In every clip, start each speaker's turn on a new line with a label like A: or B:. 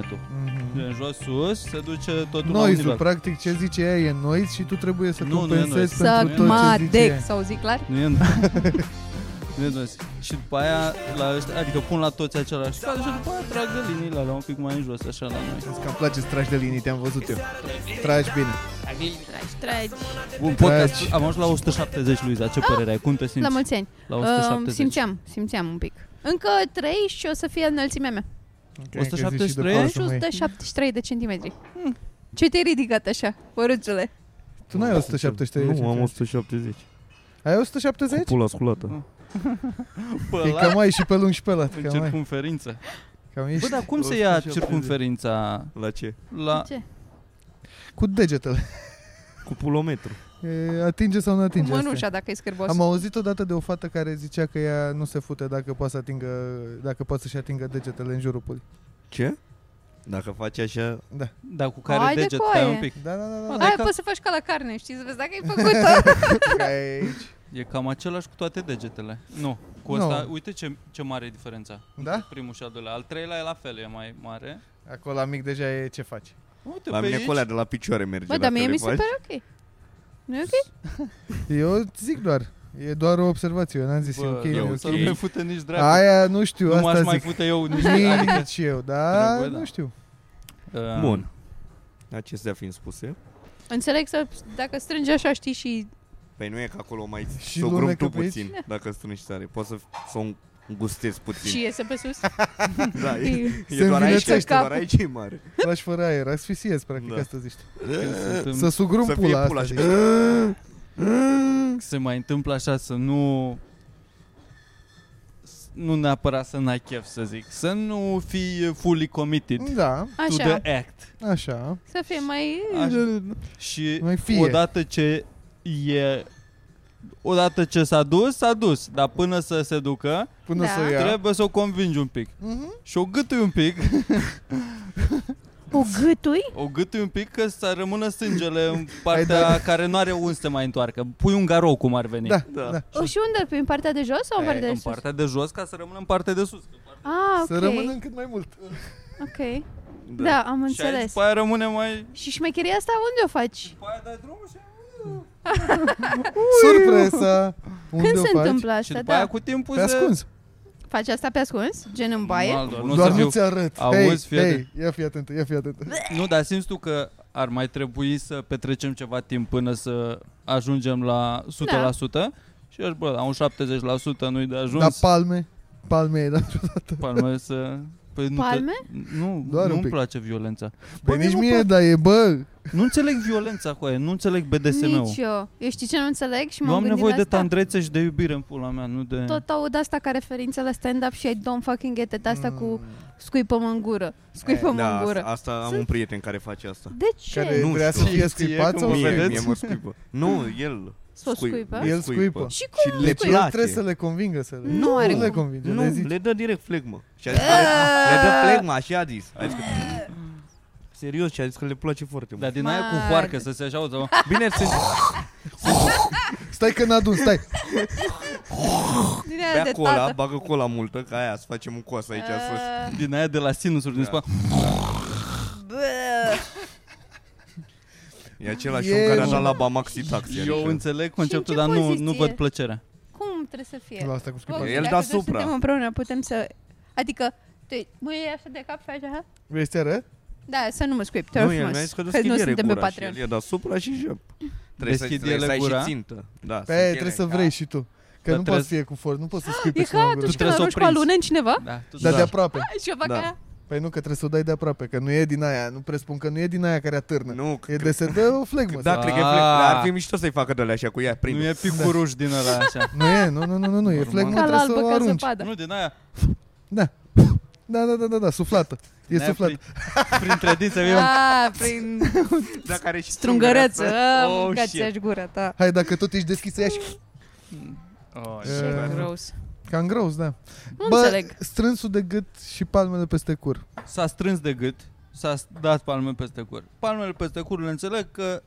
A: sunetul.
B: Mhm.
A: În jos, sus, se duce totul la un
B: Noise-ul,
A: nivel.
B: practic ce zice ea e noise și tu trebuie să
A: Nu, nu e
B: compensezi
A: noise.
B: pentru
A: Să
B: tot ce zice
C: dec,
B: ea.
C: sau zic clar?
A: Nu e Nu e dos. Și după aia, la ăștia, adică pun la toți același cal și după aia trag de liniile alea un pic mai în jos, așa la noi.
B: Îți cam place să tragi de linii, te-am văzut eu. Tragi bine.
C: Tragi, tragi.
B: Deci-
A: Bun, podcast, am ajuns la 170, Luiza, ce părere ai? Cum te simți?
C: La mulți ani.
A: La
C: Um,
A: 170.
C: simțeam, simțeam un pic. Încă 3 și o să fie înălțimea mea.
B: Cred că zici și
A: 173?
B: de pasul meu.
C: 173 de centimetri.
B: Hmm.
C: Ce te-ai ridicat așa, păruțule?
B: Tu n-ai 173
D: Nu, am 170.
B: Ai
D: Cu
B: 170?
D: pula sculată.
A: Pă,
B: E
A: Păi, la-
B: cam ai și pe lung și pe lat.
A: În
B: Cam ai.
A: circumferință.
B: Cam
A: Bă, da.
B: ești
A: dar cum se ia
D: 170?
A: circumferința
D: La ce?
A: la...
C: Ce?
B: cu degetele.
D: Cu pulometru.
B: E, atinge sau nu
C: Cu
B: atinge asta
C: mânușa, dacă e scârbos.
B: Am auzit odată de o fată care zicea că ea nu se fute dacă poate să atingă, dacă poate să-și atingă degetele în jurul pulii.
D: Ce? Dacă faci așa...
B: Da.
A: Dar cu care
C: Haide,
A: deget
C: coaie.
A: stai un pic.
B: Da, da, da, da.
A: Bă,
B: da.
A: dar
C: Aia
A: e, cam,
C: poți să faci ca la carne, știi, să vezi dacă e făcută.
B: Ca aici.
A: e cam același cu toate degetele. Nu. Cu
B: Nu.
A: ăsta, uite ce, ce mare e diferența.
B: Da?
A: Primul și al doilea. Al treilea e la fel, e mai mare.
B: Acolo la mic deja e ce faci.
A: Uite,
D: La
A: pe
D: mine
A: aici,
D: cu alea de la picioare merge
C: Bă, dar
D: dacă
C: mie
D: le
C: mi se
D: faci.
C: pare ok. Nu e ok?
B: Eu zic doar. E doar o observație, eu n-am zis e
A: bă,
B: ok,
A: eu
B: nu e
A: să
B: ok.
A: nu me fute nici dracu.
B: Aia nu știu,
A: nu m-aș
B: asta
A: mai
B: zic.
A: fute eu nici adică,
B: Nici eu, da,
A: Trebuie, da.
B: nu știu.
A: uh,
C: Da.
D: Bun. Acestea fiind spuse,
C: Înțeleg să, dacă strângi așa, știi, și
D: Păi nu e că acolo mai
B: Și
D: și păi s-o
B: lunecă
D: grum tu
B: pe aici?
D: puțin Dacă strânești tare Poți să s-o îngustezi puțin
C: și iese pe sus.
D: da, e,
B: Se
D: e doar aici,
B: învinețește
D: este doar
C: capul.
D: aici e mare
B: Lași fără aer, asfisiezi, practic,
D: Da.
B: asta zici. tu.
A: Adică, când se, întâmpl-
B: Să sugrum
D: Să
B: pula
D: fie
B: asta.
D: pula și
B: zici.
A: se mai întâmplă așa să nu s- nu neapărat să n-ai chef, să zic. Să nu fii fully committed
B: Da,
A: to
C: Așa,
A: the act.
B: așa.
C: să fie mai...
A: Așa. Și
B: Mai fie.
A: odată ce e odată ce s-a dus, s-a dus, dar până să se ducă,
B: Până
C: Da.
B: să o ia.
A: trebuie să o convingi un pic.
B: Mhm.
A: Și o gâtui un pic,
C: O gâtui?
A: o gâtui un pic că să rămână sângele în partea care nu are unde să se mai întoarcă. Pui un garou cum ar veni.
B: Da,
D: Da.
B: da.
C: O, și unde? Prin partea de jos sau în
A: E,
C: partea de
A: în
C: sus?
A: partea de jos ca să rămână în partea de sus.
C: Ah, ok.
B: Să rămână cât mai mult.
C: Ok. Da, am
A: Și "Păi-" aia
C: înțeles.
A: după aia rămâne mai...
C: Și șmecheria asta unde o faci?
A: După aia dai drumul și...
B: Surpresa! Unde
C: Când
B: o
C: se
B: faci?
C: întâmplă
A: Și
C: asta?
A: după aia
C: Da.
A: cu timpul
B: Pe ascuns.
C: Faci asta pe ascuns? Gen în baie?
A: Normal, doar nu o
B: Doar
A: să fiu-
B: nu ți arăt.
A: Auzi,
B: Hei,
A: fii
B: hei,
A: atent.
B: ia fi atentă, ia fi atentă.
A: Nu, dar simți tu că ar mai trebui să petrecem ceva timp până să ajungem la 100% și aș, bă, la un 70% nu-i de
B: Da,
A: ajuns.
B: palme. Palme e, da.
A: palme să... Păi nu
C: Palme?
A: Te, nu,
B: Doar un
A: nu-mi
B: pic.
A: place violența.
B: Bă, nici
A: nu
B: mie,
A: plac.
B: dar e, bă,
A: Nu înțeleg violența cu aia, nu înțeleg BDSM-ul.
C: Nici eu. Eu știi ce nu înțeleg și
A: Eu
C: m-am
A: am
C: gândit
A: nevoie de
C: la asta.
A: tandrețe și de iubire în pula mea, nu de...
C: Tot aud asta ca referință la stand-up și I don't fucking get it. Asta cu
B: Mm.
C: scuipă-mă în gură. Scuipă-mă
D: da,
C: în gură.
D: asta, asta am
C: Sunt-
D: un prieten care face asta
C: De ce?
B: care
D: Nu
B: vrea să
D: știu.
A: Știe
B: fie scuipat
A: cum
B: sau
A: o
B: nu?
A: vede.
D: Mie,
A: vedeți?
D: mie mă scuipă Nu, el
C: S-o scuipă?
B: El scuipă.
C: Și cum?
D: Și le
B: Deci el
D: place
B: trebuie să le convingă să le...
D: Nu are
B: le
D: cum.
B: convinge,
D: Nu,
B: le zici.
D: le dă direct flegmă Și a zis că le, le dă flegmă, așa a zis a zis că, Serios, și a zis că le place foarte mult
A: Dar din aia cu
C: Mad.
A: foarcă să se așa auză.
D: Bine, se...
B: Stai că n-adun, stai.
C: Din aia de
D: bea cola,
C: tată.
D: bagă cola multă Ca aia, să facem un cos aici sus
C: Uh,
A: Din aia de la sinusuri din
D: Da.
A: spate.
C: bă.
D: E același
B: E
D: om care a
B: un-
D: dat la Bamaxi taxi.
A: Eu
D: adică.
A: înțeleg
C: ce
A: conceptul, dar nu, nu
C: poziție?
A: văd plăcerea.
C: Cum trebuie să fie?
B: La asta cu
C: Bă,
B: scuipat.
D: El
C: dacă
D: deasupra.
C: doi suntem împreună, putem să... Adică, te, mă iei așa de cap și faci așa?
B: Vrei să te arăt?
C: Da, să nu mă scuip, te
D: Nu,
C: rog
D: el mi-a
C: frumos.
D: zis că
C: Că nu
D: deschid ele
C: suntem pe
D: gura și el
C: Patreon.
D: e deasupra și jep. Trebuie să,
A: Deschid
D: trebuie
A: ele
D: să ai
A: gura.
D: și țintă. Da,
B: Pe
D: sunt
B: aia
D: ele
B: trebuie să
D: ca-
B: vrei și tu. Că
A: Dar
B: nu
A: trebuie
B: poți să fie cu forță, nu poți să scui pe
C: E ca
B: cineva în gură.
A: atunci
C: atunci
A: trebuie
C: când
A: să o
C: arunci cu
A: prinzi.
C: alună în cineva?
A: Da, tu
B: Dar
A: da.
B: de aproape.
C: Și eu fac
D: Da.
C: aia.
B: Păi nu, că trebuie să o dai de aproape, că nu e din aia, nu presupun că nu e din aia care atârnă.
D: Nu, că,
B: E de se dă o flegmă.
D: da,
A: să-
D: cred că e
A: Ah.
D: flex. Dar ar fi mișto să-i facă de alea așa cu ea,
A: Nu
D: prin.
A: e picuruș din ăla așa.
B: Nu e, nu, nu, nu, nu, nu e
D: Normal.
B: flegmă,
C: Ca la
B: trebuie să
C: albă,
B: o
C: ca
B: arunci.
C: zăpadă.
A: Nu, din aia.
B: Da. Da, da, da, da, da, suflată. E
A: Ne-a
B: suflată.
A: Prin, printre dinți să vii un
C: Ah, prin
D: Da, care și
C: strungăreță.
D: Oh,
C: Ca
D: shit.
C: ți gura ta.
B: Hai, dacă tot ești deschis să ia și...
A: Oh,
B: E,
A: e...
C: Gross.
B: Cam gros, da.
C: Nu
B: Bă,
C: înțeleg.
B: strânsul de gât și palmele peste cur.
A: S-a strâns de gât, s-a dat palme peste cur. Palmele peste cur le înțeleg că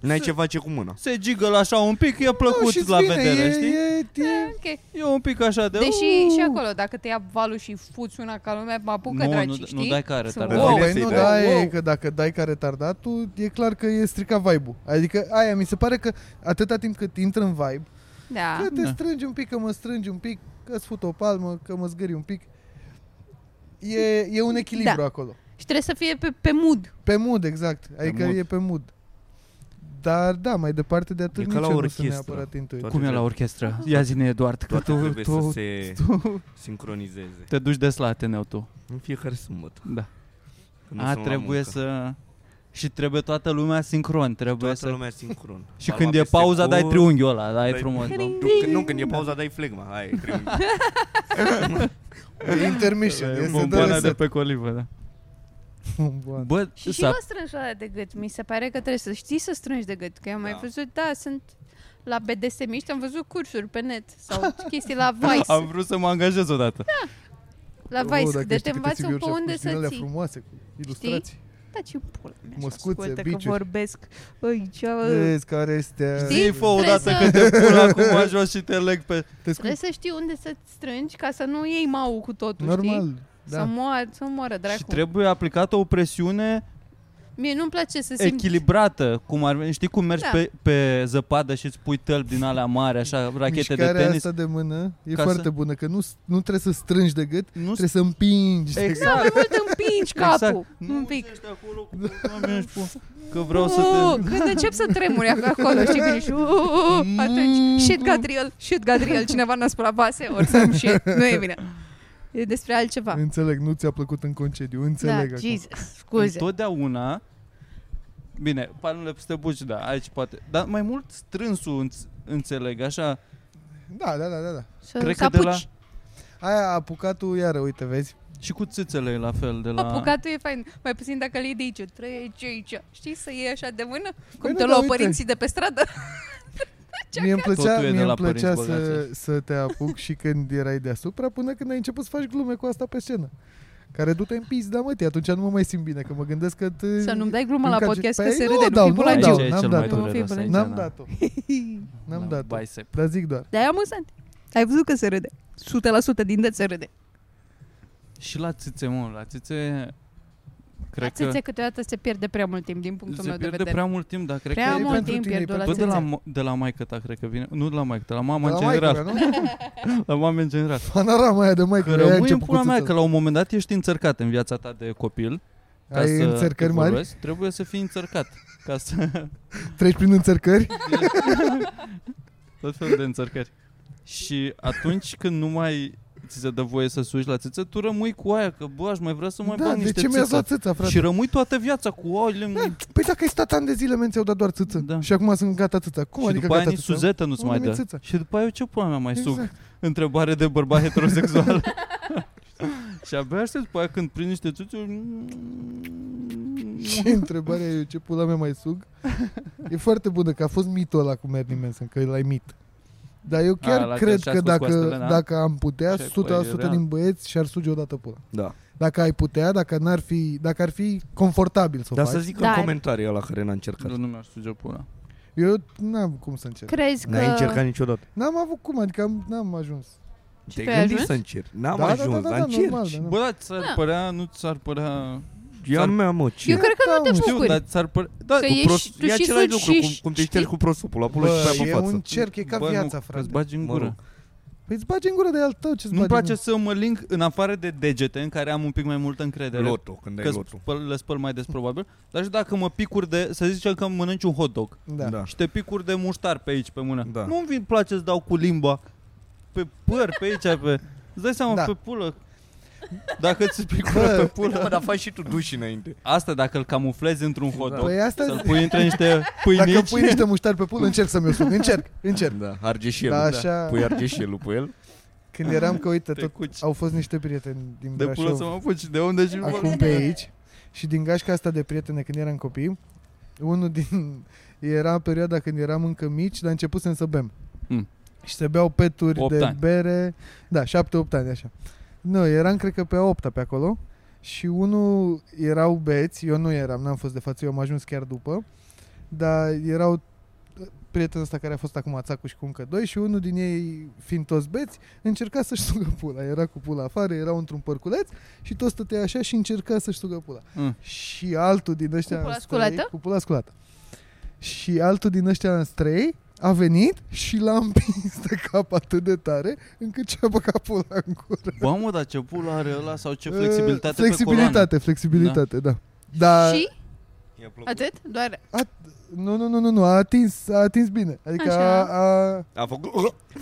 D: N-ai ce face cu mâna.
A: se gigăl așa un pic, e
B: Nu,
A: plăcut
B: și-ți
A: la
B: vine,
A: vedere,
B: e,
A: știi?
B: E, e,
C: Da, Ok.
A: E un pic așa
D: Da.
A: de...
C: Deși
A: "Uuu".
C: și acolo, dacă te ia valul și fuți una ca lumea, mă apucă,
A: Nu,
C: dragi,
A: nu- nu
C: știi?
A: dai care,
C: Sunt
A: tare.
B: Bă,
D: Bine
C: wow.
B: păi
D: să-i
B: nu,
D: dai.
B: da, e
C: Wow.
B: că dacă dai care retardatul, e clar că e stricat vibe-ul. Adică aia, mi se pare că atâta timp cât intră în vibe,
C: Da.
B: că te
A: Da.
B: strângi un pic, că mă strângi un pic, că îți fut o palmă, că mă zgâri un pic. E, e un echilibru
C: Da.
B: acolo.
C: Și trebuie să fie pe, pe mood.
B: Pe mood, exact. Adică
D: mood.
B: e pe mood. Dar da, mai departe de atât
D: E
B: nici
D: ca la
B: eu nu sunt
D: orchestră.
B: neapărat intuit.
D: Toate
A: Cum e la
D: trebuie-
A: orchestră? Ia zine, Eduard, că
D: Toate
A: tu,
D: trebuie
A: tu
D: să se sincronizeze.
A: te duci des la Ateneu, tu.
D: În fiecare sâmbătă.
A: Da.
D: când nu
A: A,
D: sunt la
A: trebuie
D: muncă.
A: să... Și trebuie toată lumea sincron, trebuie
D: Toată
A: să...
D: lumea sincron.
A: Și
D: Palma
A: când e
D: peste
A: pauza, dai
D: cur.
A: triunghiul ăla, dai
D: dai-
A: frumos. da.
D: Nu, când- nu, când e pauza, dai flegma. Hai, triunghi.
B: Intermission.
A: E
B: este
A: bomboana de
B: de
A: pe colivă, da.
B: Bomboana.
A: Bă,
C: Și și
A: s-a-
D: Exact.
C: eu strângi alea de gât. Mi se pare că trebuie să știi să strângi de gât. Că eu am mai
D: Da.
C: văzut, da, sunt la BDSM și am văzut cursuri pe net sau chestii la Vice.
A: am vrut să mă angajez odată.
C: Da, La
B: Oh,
C: Vice,
B: dacă
C: de
B: știi câte
C: te învață
B: CV-uri
C: pe
B: și-a
C: unde
B: făcut din
C: să
B: alea
C: ții.
B: frumoase, cu ilustrații.
C: Taci în pula mea și
B: Măscuțe,
C: ascultă că
B: biciuri.
C: vorbesc aici. bă.
B: Vezi care este...
C: Știi?
A: Zi-fă odată că
C: Trebuie
A: te pula acum jos și te leg pe...
B: Te
C: Trebuie
B: scui.
C: să știi unde să strângi ca să nu iei mau cu totul, știi?
B: Normal.
C: Să,
B: Da.
C: moară, să moară dracu.
A: Și trebuie aplicată o presiune
C: Mie nu-mi place să simt...
A: echilibrată, cum ar știi cum mergi
C: Da.
A: pe, pe zăpadă și îți pui tălpi din alea mari, așa, rachete de
B: Mișcarea
A: tenis.
B: asta de mână e
A: Ca
B: foarte
A: să-
B: bună, că nu, nu trebuie să strângi de gât,
A: Nu
B: trebuie să împingi. de
A: Exact.
B: gât.
C: Da, mai mult împingi
B: Exact.
C: capul
A: Nu
C: un pic.
A: ești acolo cu mine și pu- că vreau să te...
C: Uh, Când încep să tremuri acolo, știi, când ești, uh, uh, uh, atunci, shit Gadriel, shit Gadriel, cineva n-a spus la vase, ori să shit, nu e bine. E despre altceva.
B: Înțeleg, nu ți-a plăcut în concediu,
C: Da,
B: înțeleg acum.
C: Jesus, scuze.
A: Întotdeauna Bine, palmele peste buci, da, aici poate Dar mai mult strânsul înț- înțeleg, așa
B: Da, da, da, da, da.
C: Să-
A: Cred
C: să
A: că de la
C: apuci.
B: Aia apucatul, iară, uite, vezi?
A: Și cu țâțele e la fel de la
C: Apucatul e fain, mai puțin dacă le iei de aici, trei aici, aici. Știi să iei așa de mână? Cum
B: Bine,
C: te
B: da,
C: luau
B: uite. Păi
C: părinții de pe stradă?
B: Mie îmi plăcea,
A: Totul e de
B: mie îmi
A: la
B: plăcea
A: părinți
B: să,
A: bogați.
B: să te apuc și când erai deasupra, până când ai început să faci glume cu asta pe scenă. Care du-te în pizda, mă, tii, atunci nu mă mai simt bine, că mă gândesc că... te-
C: Să nu-mi dai gluma
B: Încă
C: la
B: ce-
C: podcast că
B: Păi
C: se
B: nu
C: râde,
B: o dau,
C: nu fi
B: nu
C: bună
B: o
A: Aici
C: aici.
B: dau.
A: e
B: n-am
A: cel mai
B: dat-o.
A: dureros
C: Nu fi
A: aici,
B: N-am
A: da.
B: dat-o, n-am
A: La
B: dat-o.
A: bicep.
B: Dar zic doar.
C: Dar e amuzant. Ai văzut că se râde. 100% din det se râde.
A: Și la țâțe, mă, la țâțe Cred
C: Cred că
A: că
C: câteodată se pierde prea mult timp din punctul
A: se
C: meu de
A: pierde
C: vedere.
A: prea mult timp, dar cred
C: Prea
A: că
B: e
C: mult
B: pentru
C: timp
B: tine, e
C: pierdut la
A: Bă,
B: pentru
A: de la,
C: țâțe.
A: mo- de la maică ta, cred că vine Nu de la maică ta, la mama
B: De
A: în
B: la maică,
A: general
B: nu?
A: La mama în general
B: Panorama aia de maică,
A: Că
B: aia
A: rămâi în
B: început cu
A: pula mea,
B: țâță.
A: că la un moment dat ești înțărcat în viața ta de copil ca
B: Ai
A: să
B: înțărcări mari?
A: evoluezi, Trebuie să fii înțărcat Ca să...
B: Treci prin înțărcări?
A: Tot felul de înțărcări Și atunci când nu mai ți se dă voie să suși la țâță Tu rămâi cu aia Că bă, aș mai vrea să mai
B: da,
A: bag
B: de
A: niște
B: ce mi-a
A: țâță.
B: luat țâța, frate?
A: Și rămâi toată viața cu oile în...
B: Da, Păi dacă ai stat ani de zile, men, ți-au dat doar țâță.
A: Da.
B: Și acum sunt gata țâța. Cum
A: și
B: adică
A: după aia
B: gata
A: nici
B: țâța?
A: suzetă nu-ți
B: Nu,
A: mai
B: nu-mi e
A: dă.
B: țâță.
A: Și după aia eu ce pula mea mai sug?
B: Exact.
A: Întrebare de bărbat heterosexual. și abia aștept după aia când prind niște țuțuri...
B: Și întrebarea e, eu ce pula mea mai sug? E foarte bună, că a fost mitul ăla cu Marilyn Manson, că l-ai mit. Dar eu
A: A,
B: chiar
A: la
B: cred
A: că
B: că
A: și-a scos
B: dacă,
A: coastele, da?
B: dacă am putea,
A: Și-a
B: 100%
A: coaiurea.
B: din băieți și-ar suge odată pula.
D: Da.
B: Dacă ai putea, dacă n-ar fi, dacă ar fi confortabil să o
D: Dar
B: faci.
D: să zic în
C: Dar-
D: comentarii ăla care n-a încercat.
A: Nu, nu mi-aș suge pula.
B: Eu n-am cum să încerc.
C: Crezi
D: N-ai încercat niciodată.
B: N-am avut cum, adică am, n-am ajuns.
D: Te
C: te-ai
D: gândi
C: ajuns?
D: să încerci. N-am
B: Da, da, da,
D: ajuns,
B: da,
D: dar
B: da,
D: încerci.
B: normal, da, normal.
A: Bă, da, ți-ar
C: Da.
A: părea, nu ți-ar părea...
D: Ea nu mi-a mă,
C: Eu
D: ce?
C: cred că nu
B: Da,
C: te
B: mă,
A: Știu,
C: bucuri.
A: dar ți-ar părea... Da,
C: Că
A: cu
C: ești-
A: prost...
C: tu
D: E
C: și
D: același
C: suci și-
D: lucru, cum, cum te
C: știi?
D: ștergi cu prosopul acolo și
B: Bă,
D: pe
B: e
D: față.
B: un cerc, e ca
A: Bă,
B: viața,
A: nu, că
B: frate.
A: Îți bagi în
D: Mă
A: gură.
D: rog.
B: Păi îți bagi în gură de al tău ce
A: Nu-mi place să mă ling în afară de degete în care am un pic mai multă încredere.
D: Loto, când ai
A: că
D: loto.
A: spăl, le spăl mai des probabil. Dar și dacă mă picuri de, să zicem că mănânci un hot dog
B: Da. da.
A: și te picuri de muștar pe aici, pe mână.
D: Da.
A: Nu-mi vin place să dau cu limba pe păr, pe aici, pe... Îți dai seama,
B: Da.
A: pe pulă. Dacă ți picură
B: Bă. da.
A: pe
D: Pula,
A: pulă.
D: mă, dar faci și tu duși înainte.
A: Asta dacă îl camuflezi într-un hot dog,
B: Păi
A: să-l
B: asta,
A: pui între niște pâinici.
B: dacă pui niște muștari pe pulă, încerc să-mi o sug. Încerc, încerc.
D: Da, argeșelul.
B: Da, așa.
D: Pui argeșelul pe el.
B: Când eram că, uite,
A: Te
B: tot
A: cuci.
B: au fost niște prieteni din
A: De pulă
B: Brașov
A: să mă puci, de unde și
B: acum pe aici și din gașca asta de prietene când eram copii, unul din... Era perioada când eram încă mici, dar începusem să bem.
A: Mm.
B: Și se beau peturi
A: Opt
B: de
A: ani.
B: bere. Da, 7-8 ani, așa. Nu, eram cred că pe a 8 pe acolo și unul erau beți, eu nu eram, n-am fost de față, eu am ajuns chiar după. dar erau prietenul ăsta care a fost acum țacu și cu încă doi și unul din ei, fiind toți beți, încerca să-și sugă pula. Era cu pula afară, era într-un părculeț și tot stătea așa și încerca să-și sugă pula.
A: Mm.
B: Și altul din ăștia
C: Cu pula
B: în străi-
C: sculată?
B: Cu pula sculată. Și altul din ăștia în străi a venit și l-a împins de cap atât de tare încât și-a băgat pula în gură.
A: Bă, mă, dar ce pul are ăla sau ce
B: E,
A: flexibilitate, pe
B: Ă, Flexibilitate, flexibilitate, da. Dar
C: Și?
D: I-a plăcut.
C: Atât? Doar...
B: nu, nu, nu, nu, nu, a atins, a atins bine. Adică a, a,
D: A făcut...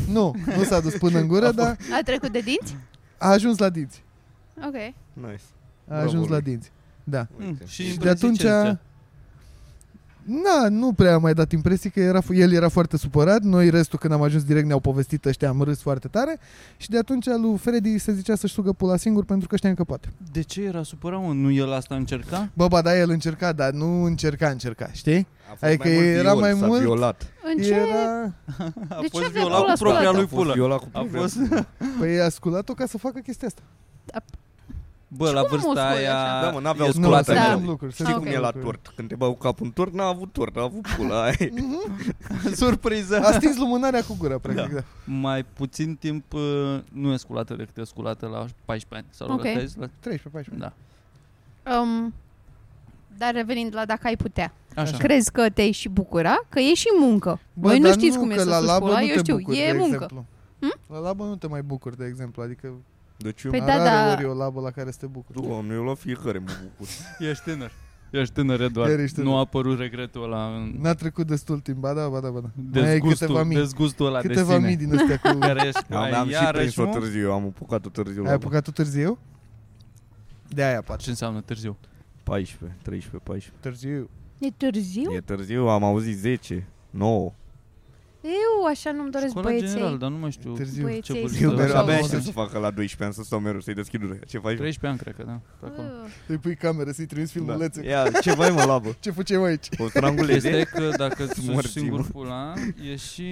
B: nu, nu s-a dus până în gură, dar
C: A trecut de dinți?
B: a ajuns la dinți.
C: Ok.
D: Nice.
B: A
D: Bravo
B: ajuns
D: lui.
B: la dinți. Da.
A: Mm,
D: Uite.
A: și-
B: Și de atunci...
A: Imprezicență.
B: Na, nu prea am mai dat impresii că era, fo- el era foarte supărat, noi restul când am ajuns direct ne-au povestit ăștia, am râs foarte tare și de atunci lui Freddy se zicea să-și sugă pula singur pentru că ăștia încă poate.
A: De ce era supărat, mă? Nu el asta încerca?
B: Bă, ba, da, el încerca, dar nu încerca, încerca, știi?
D: A fost
B: Adică
D: mai mult
B: era
D: viol,
B: mai
D: s-a
B: mult-
D: violat.
C: În ce?
B: Era...
A: A
C: De ce
A: fost
C: avea
A: violat
C: pula
A: cu propria
C: sculată?
A: lui
D: A fost
A: pulă.
D: violat cu
A: A
D: propria
A: fost...
B: Păi a sculat-o ca să facă chestia asta.
A: Bă,
C: Și
A: la
C: cum muscul
A: vârsta
C: e
A: aia...
C: așa?
D: Da, mă, n-avea
A: e
D: o
B: Nu,
A: sculată
B: se
C: Da.
A: mereu.
B: întâmplă lucruri. se
D: Știi cum
B: întâmplă
D: e la
B: lucruri.
D: tort? Când te bau capul în tort, n-a avut tort, a avut pula. aia e.
A: Surpriză!
B: Mhm. A stins lumânarea cu gura, practic. Da.
A: Mai puțin timp uh, nu e sculată decât e sculată la 14 ani. Sau
C: Ok.
A: la 13? La...
B: 13-14.
A: Da.
C: Um, dar revenind la dacă ai putea,
A: Așa.
C: crezi că te-ai și bucura? Că e și muncă.
B: Bă,
C: Voi nu
B: dar
C: știți cum e
B: că
C: să
B: la
C: suși
B: labă
C: pula,
B: nu
C: eu
B: te
C: știu,
B: bucuri,
C: e
B: de
C: muncă. Hm?
B: exemplu. La labă nu te mai bucuri, de exemplu, adică
D: Deci eu,
C: Păi
B: Păi
C: da,
B: da,
C: da.
B: da. ori e o labă la care să te bucuri.
D: doamne, eu la fiecare mă bucur.
A: Ești tânăr. Ești tânăr, Eduard.
B: Chiar ești tânăr.
A: Nu a apărut regretul ăla în
B: N-a trecut destul timp, ba da, ba da, ba da. Mai ai câteva
A: dezgustul,
B: mii,
A: dezgustul ăla de
B: câteva
A: sine.
B: mii din astea cu...
A: Care ești
D: Am,
A: mai
D: am și
A: Păi iarăși,
D: prins-o
A: mă?
D: târziu, am apucat-o târziu.
B: Ai apucat tu târziu? De aia, poate.
A: Ce înseamnă târziu?
D: 14, 13, 14.
B: Târziu.
C: E târziu?
D: E târziu, am auzit 10, 9.
C: Eu așa nu-mi doresc
A: Școala
C: băieței.
A: generală, dar nu mai știu.
B: Târziu.
C: Băieței
A: Ce vârstă?
C: sunt
A: Eu
D: Mereu abia
C: așa.
D: aștept să facă la 12 ani să stau mereu să-i deschid ureia. Ce faci?
A: 13 ani, cred că, da. Pe acolo.
C: Uh,
B: Îi pui camera să-i
A: Da.
B: trimiți filmulețe.
D: Ia, ce faci mă labă?
B: Ce facem aici?
D: O strangulezi?
A: Chestia e că dacă
D: Tu
A: sunt
D: morți,
A: singur
D: mă.
A: pula, e și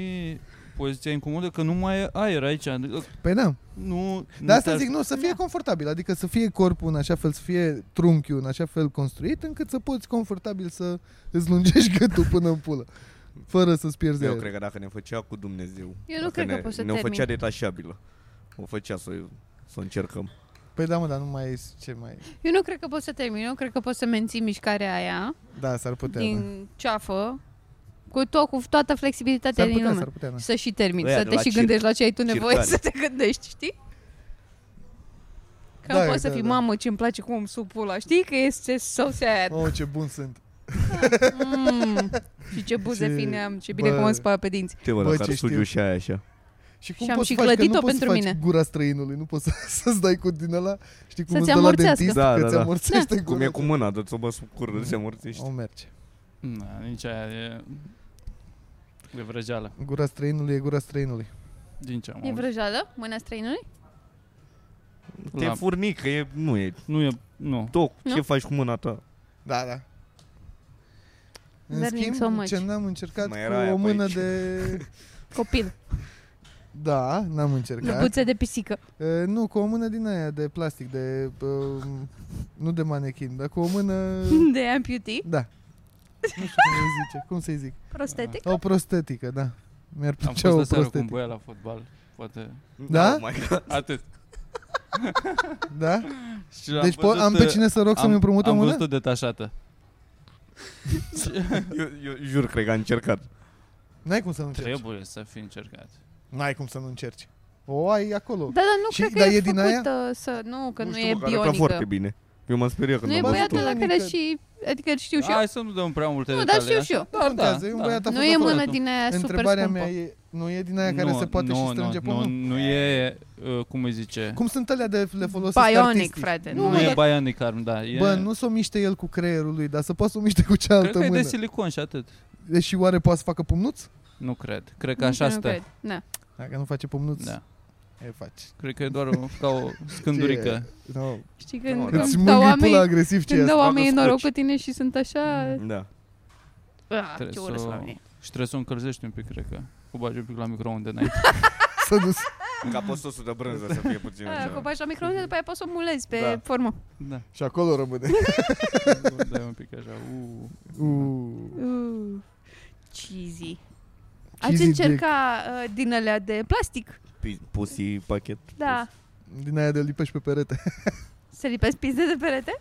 A: poziția incomodă că nu mai e aer aici. Adică
B: Păi da.
A: Nu,
B: Dar asta
A: te-ar-
B: zic, nu, să fie
C: Da.
B: confortabil, adică să fie corpul în așa fel, să fie trunchiul în așa fel construit, încât să poți confortabil să îți lungești gâtul până în pulă. Fără să-ți pierzi
D: Eu
B: aer.
D: cred că dacă ne făcea cu Dumnezeu.
C: Eu nu
D: dacă
C: cred că
D: ne,
C: pot să
D: Ne
C: termin.
D: făcea detașabilă. O făcea să, să încercăm.
B: Păi da, mă, dar nu mai e ce mai...
C: eu nu cred că pot să termin, eu cred că pot să menții mișcarea aia
B: Da, s-ar putea, da.
C: din ceafă cu, tot, cu toată flexibilitatea
B: S-ar
C: din
B: putea,
C: lume.
B: s-ar putea, da.
C: Să și termin,
D: Ăia
C: să
D: de
C: te
D: la
C: și
D: circ.
C: gândești la ce ai tu nevoie
D: Circari.
C: să te gândești, știi? Că
B: Da,
C: da, poți să
B: da,
C: fii,
B: da.
C: mamă, ce-mi place cum sup pula, știi? Că este so sad.
B: Oh, ce bun sunt.
C: Mm. Și ce buze
B: Ce-
C: fine am, ce bine
B: bă.
C: că m-am spălat pe dinți.
D: Te mă,
B: Bă,
D: dacă ar
B: ce
D: sugiu
B: știu.
D: și aia așa.
B: Și cum
C: Și am
B: poți
C: și
B: să faci, că
C: clădit-o
B: nu poți
C: pentru
B: să faci
C: mine.
B: gura străinului, nu poți să- să-ți dai cu din ăla, știi cum
C: Să-ți
B: îți dă la
C: amorțească.
B: dentist,
D: Da,
B: că
D: da,
B: ți
D: da.
B: amorțește gura.
D: Cum e cu mâna, dă-ți-o bă sub cur, se amorțești.
B: O merge.
A: Na, nici aia e... E vrăjeală.
B: Gura străinului e gura străinului.
A: Din ce am
C: E
A: auzit.
C: vrăjală? Mâna străinului?
D: Te
A: La-
D: furnic, că e, nu e
A: Nu e... Nu.
D: toc.
C: Nu?
D: Ce faci cu mâna ta?
B: Da, da. În
C: Learning
B: schimb,
C: so much.
B: ce n-am încercat
D: Mai
B: cu
D: era aia
B: o
D: pe
B: mână
D: aici.
B: de...
C: Copil.
B: Da, n-am încercat.
C: Lăbuțe de pisică.
B: E, nu, cu o mână din aia de plastic, de... um, nu de manechin, dar cu o mână...
C: De amputee.
B: Da. Nu știu cum să zice, cum să-i zic.
C: Prostetic.
B: O prostetică, da. Mi-ar
A: Am
B: plăcea
A: fost
B: o
A: aseară cu un
B: prostetică.
A: băiat la fotbal. Poate...
B: Da?
D: Oh my God.
A: Atât.
B: Da?
A: Și l-am
B: Deci po- am pe
A: văzut, uh,
B: cine să rog să-mi împrumut o
A: Am
B: mână?
A: văzut-o detașată.
D: Eu, eu jur, cred că a încercat.
B: N-ai cum să nu încerci.
A: Trebuie să fi încercat.
B: N-ai cum să nu încerci. O ai acolo.
C: Da, dar nu
B: Și-
C: cred că
B: dar
C: e,
B: e din
C: făcută să... Nu, că nu,
D: știu,
C: e
D: mă, că arată foarte
C: bionică.
D: bine. Eu m-am speriat când
C: Nu e
D: am
B: văzut-o.
C: băiatul la care
B: Bionică.
C: și... Adică știu și eu.
A: Hai să nu dăm prea multe
C: Nu, dar
A: detalii.
C: știu
A: așa.
C: și eu.
A: Dar da,
B: Contează, e un
A: da.
B: băiat
C: Nu e mână
A: fotbal.
C: din aia super
B: Întrebarea
C: scumpă.
B: mea e, nu e din aia care se poate și strânge
A: nu,
B: pumnul?
A: nu e, uh, cum îi zice,
B: Cum sunt alea de le folosesc
C: Bionic,
B: artiștii?
C: frate.
A: nu,
C: Nu,
A: e
C: e.
A: bionic arm, da. E,
B: Bă, nu s-o miște el cu creierul lui, dar să poată să o miște cu
A: cred
B: cealaltă
A: că e
B: mână.
A: de silicon și atât.
B: Deși oare poate să facă pumnuț?
A: Nu cred. Cred că așa
C: Nu
A: stă.
C: cred. Na.
B: Dacă nu face pumnuț,
A: Da.
B: e faci.
A: Cred că e doar o, ca o scândurică.
B: No.
C: Știi când,
D: Nu,
A: Da.
C: când
B: Îți
C: dau
B: mângâi pula
C: Da, oamenii,
B: agresiv ce e asta.
C: când dau
D: facă
C: oamenii
D: scoci.
C: noroc cu tine și sunt așa...
D: Da.
C: Ah,
A: Trebuie
C: ce
A: să
C: urăsc
A: o-
C: la mine.
A: Și trebuie să o încălzești un pic, cred că. O bagi un pic la microunde înainte.
B: S-a dus.
D: Ca postosul de brânză să fie puțin
C: Aia,
D: așa.
C: Că o bagi Ah, la microunde, după aia poți să o mulezi pe
D: Da.
C: formă.
A: Da,
E: Și acolo rămâne.
A: dai un pic așa. Uh.
B: Uh.
C: Uh, cheesy. Ați
B: Cheesy
C: încercat uh, din alea de plastic?
D: Pi- Pussy pachet.
C: Da.
B: Din aia de lipești pe perete.
C: Să lipesc pizde de perete?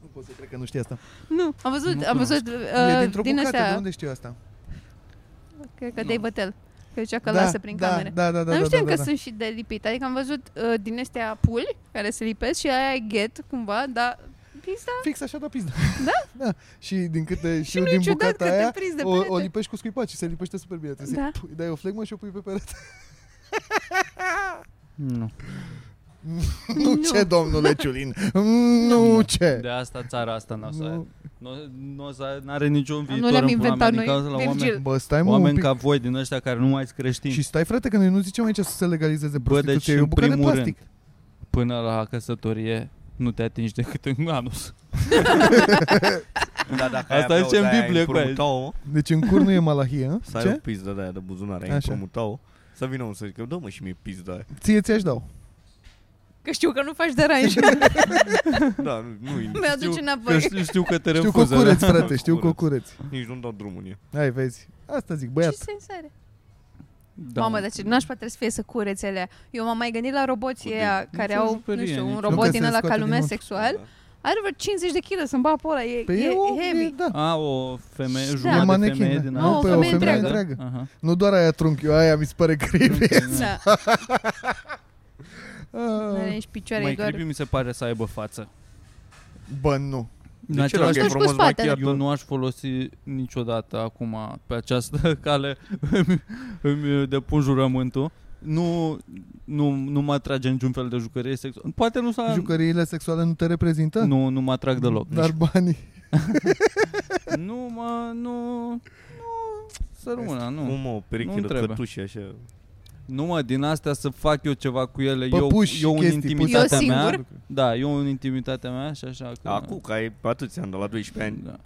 B: Nu pot să cred că nu știi asta.
C: Nu. Am văzut,
A: Nu
C: am văzut
B: e
C: uh,
B: dintr-o
C: din
B: bucată, de
C: astea,
B: unde știu asta?
C: cred că
A: Nu.
C: Dave Bătel. Că zicea că lasă prin
B: da,
C: camere.
B: Da, da, da.
C: Dar nu
B: da,
C: știam
B: da,
C: că
B: da.
C: sunt și de lipit. Adică am văzut uh, din astea puli care se lipesc și aia e ghet cumva, dar pizda
B: Fix așa, da, pizda. Da? Da. Și din câte
C: și
B: știu
C: nu e
B: din
C: ciudat
B: bucata
C: că te
B: aia,
C: prinzi de
B: o, o
C: perete.
B: lipești cu scuipaci și se lipește super bine. Trebuie
C: Da.
B: da. să dai o flegmă și o pui pe perete.
A: Nu.
B: Nu,
C: Nu.
B: ce, domnule Ciulin. Mm, Nu ce.
A: De asta țara Da, asta n-o să,
B: Nu.
A: nu, nu o să are niciun viitor
C: nu le-am
A: în pula mea
C: inventat
A: din
C: noi,
A: cauza la oameni,
C: Virgil.
B: Bă, stai mă un
A: oameni
B: pic.
A: ca voi din ăștia care nu mai sunt creștini
B: Și stai frate că noi nu zicem aici să se legalizeze
A: Bă,
B: prostituția,
A: deci
B: e o
A: în
B: bucată de
A: primul
B: plastic.
A: rând Până la căsătorie nu te atingi decât în anus
D: Da, dacă
A: Asta
D: ai
A: zice în
D: avea de-aia
A: Biblie, băi.
D: împrumutau-o,
B: Deci în cur nu e malahie, hă?
D: Să ai o
B: Ce?
D: pizdă de aia de buzunar, ai
B: Așa.
D: împrumutau Să vină unul să zică, dă mă și mie pizdă aia
B: Ție ți-aș dau.
C: Că știu că nu faci deranj.
D: Da, nu, nu
A: că
C: Mi-aduce înapoi.
A: știu, știu că te
B: Știu că
A: refuză
B: o cureți,
A: da?
B: frate, știu că o cureți.
D: nici nu-mi dau drumul în ea
B: Hai, vezi. Asta zic,
C: Ce
B: băiat.
C: sens are?
A: da.
C: Da. Mamă, dar ce nașpa trebuie să fie să curețe alea. Eu m-am mai gândit la roboții
D: Cu
C: aia
A: din-
C: care
A: nicio
C: au,
A: jucărie,
C: nu știu, un
A: nicio-
B: Nu că
C: robot din
B: se
C: ăla ca
B: scoate din
C: lumea
B: mont.
C: sexual.
D: Da.
C: Are vreo 50 de kg să-mi bapă ăla, e,
B: Păi
C: e, heavy.
B: da.
A: A, o femeie,
C: Da.
A: jumătate
B: E
A: de
B: manechin,
A: femeie
B: da.
A: din
B: Nu,
A: anus.
C: pe o femeie
B: întreagă.
A: Aha.
B: Nu doar aia trunchiul, aia mi se pare creepy.
C: Da. Nu are
B: Ah,
C: nici picioare, e
A: Mai
C: doar...
A: creepy mi se pare să aibă față
B: Bă, nu.
A: În
D: ce
A: același
D: dacă e
C: Nu-și cu
D: frumos
C: spatele.
D: machiat,
A: Eu nu aș folosi niciodată acum pe această cale îmi, îmi depun jurământul. Nu, nu, nu mă atrage niciun fel de jucărie sexuală. Poate nu s-a...
B: Jucăriile sexuale nu te reprezintă?
A: Nu, nu mă atrag deloc.
B: Dar
A: Dar...
B: banii.
A: Nu, mă, nu... nu să rămână, nu.
D: Cum o pereche
A: Nu-mi
D: de
A: trebuie.
D: cătușe așa
A: Nu, mă, din astea să fac eu ceva cu ele.
B: Păpuși,
A: eu, eu în
B: chestii,
A: intimitatea
C: puțin. Eu
A: mea.
C: singur?
A: Da, eu în intimitatea mea și așa că...
D: Acum, că ai atâția ani, de la 12 ani
A: Da.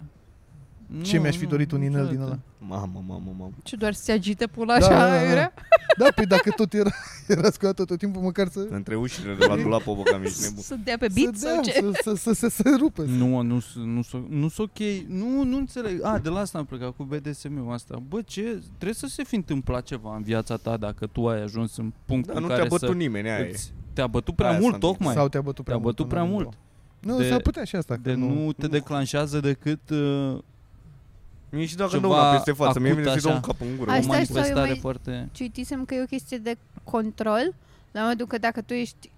B: Ce mi-aș fi dorit un inel din
A: niciodată.
B: ăla?
D: Mamă, mamă, mamă
C: Ce doar se agită pula
B: Da,
C: așa
B: da, da, da.
C: aiurea?
B: Da, păi dacă tot era, era scoată tot timpul, măcar să...
D: Între ușile de la dulapă, bă, cam ești nebun
C: Să dea pe
B: Să,
C: beat
B: dea,
C: sau ce?
B: să, să, să, să, se rupă.
A: Nu, nu, s- nu, s- nu sunt ok. Nu, nu înțeleg. A, de la asta am plecat cu BDSM asta. Bă, ce? Trebuie să se fi întâmplat ceva în viața ta dacă tu ai ajuns în punctul
D: Dar nu
A: în care
D: te-a bătut
A: să
D: nimeni, aia e
A: îți- te-a bătut prea
D: Aia s-a
A: mult,
D: întâmplat.
A: tocmai.
B: Sau te-a bătut prea
A: te-a
B: mult.
A: bătut prea
B: n-avem
A: mult.
B: două. Nu,
A: De-
B: s-ar putea și asta. că
A: De nu te
D: nu.
A: declanșează decât uh,
D: Mie și dacă
A: Ceva
D: nu una peste față,
A: acut
D: mie vine să-i dau
A: așa.
D: un cap în gură
A: o
C: Asta e sau eu
A: manifestare
C: mai-
A: foarte...
C: Citisem că e o chestie de control, la modul că dacă tu ești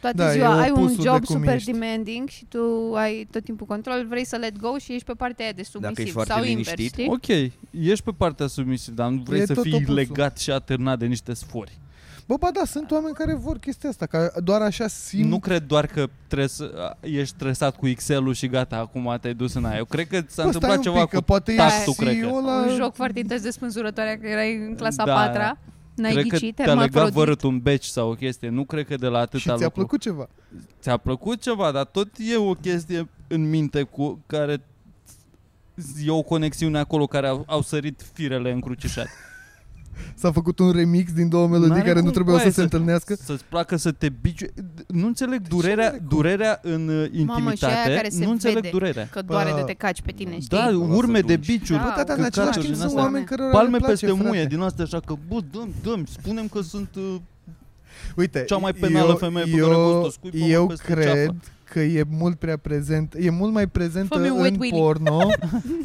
C: toată
B: Da, e
C: ziua, ai un
B: opusul de
C: job
B: cum
C: super
B: ești.
C: demanding și tu ai tot timpul control, vrei să let go și ești pe partea aia de submisiv
D: ești foarte
C: sau invers,
D: liniștit,
C: știi?
A: Ok, ești pe partea submisiv, dar nu vrei
B: E
A: să
B: tot
A: fii
B: opusul.
A: legat și atârnat de niște sfori.
B: Bă, ba da, sunt oameni care vor chestia asta, că doar așa simt...
A: Nu cred doar că trebuie să, ești stresat cu Excel-ul și gata, acum te-ai dus în aia. Eu cred că s-a
B: Bă, stai
A: întâmplat
B: un
A: ceva
B: pic,
A: cu
B: că poate e
A: tactul,
B: CEO
A: cred că.
B: la...
C: Un joc foarte intens de spânzurătoare că erai în clasa
A: Da.
C: 4 -a, n-ai
A: cred
C: ghicit,
A: că te-a legat
C: hermafrodit.
A: vărât un beci sau o chestie. Nu cred că de la atâta
B: Și ți-a
A: lucru.
B: plăcut ceva.
A: Ți-a plăcut ceva, dar tot e o chestie în minte cu care e o conexiune acolo care au, au sărit firele încrucișate.
B: S-a făcut un remix din două melodii
A: N-are
B: care nu
A: cum,
B: trebuiau
A: băi,
B: să se
A: să-
B: întâlnească.
A: Să-ți placă să te biciu... Nu înțeleg
B: n-are
A: durerea,
B: cum?
A: durerea în uh, intimitate.
C: aia care se
A: nu înțeleg
C: vede.
A: durerea.
C: Că doare
B: Bă.
C: de te caci pe tine, știi?
A: Da,
D: Lasă
A: urme de
D: dungi.
A: biciuri.
C: Da,
B: Bă, da, dar în
A: căcaturi
B: același
A: din
B: timp sunt
A: astea.
B: oameni care
A: Palme peste muie din astea așa că, bă, dăm, dăm, spunem că sunt uh,
B: Uite,
A: cea mai penală
B: eu,
A: femeie pe
B: eu,
A: care am văzut-o, scuipă-mă
B: Eu
A: peste
B: cred
A: ceafă.
B: că e mult prea prezent, e mult mai prezentă
C: Fă-mi un wet
B: în
C: willy.
B: porno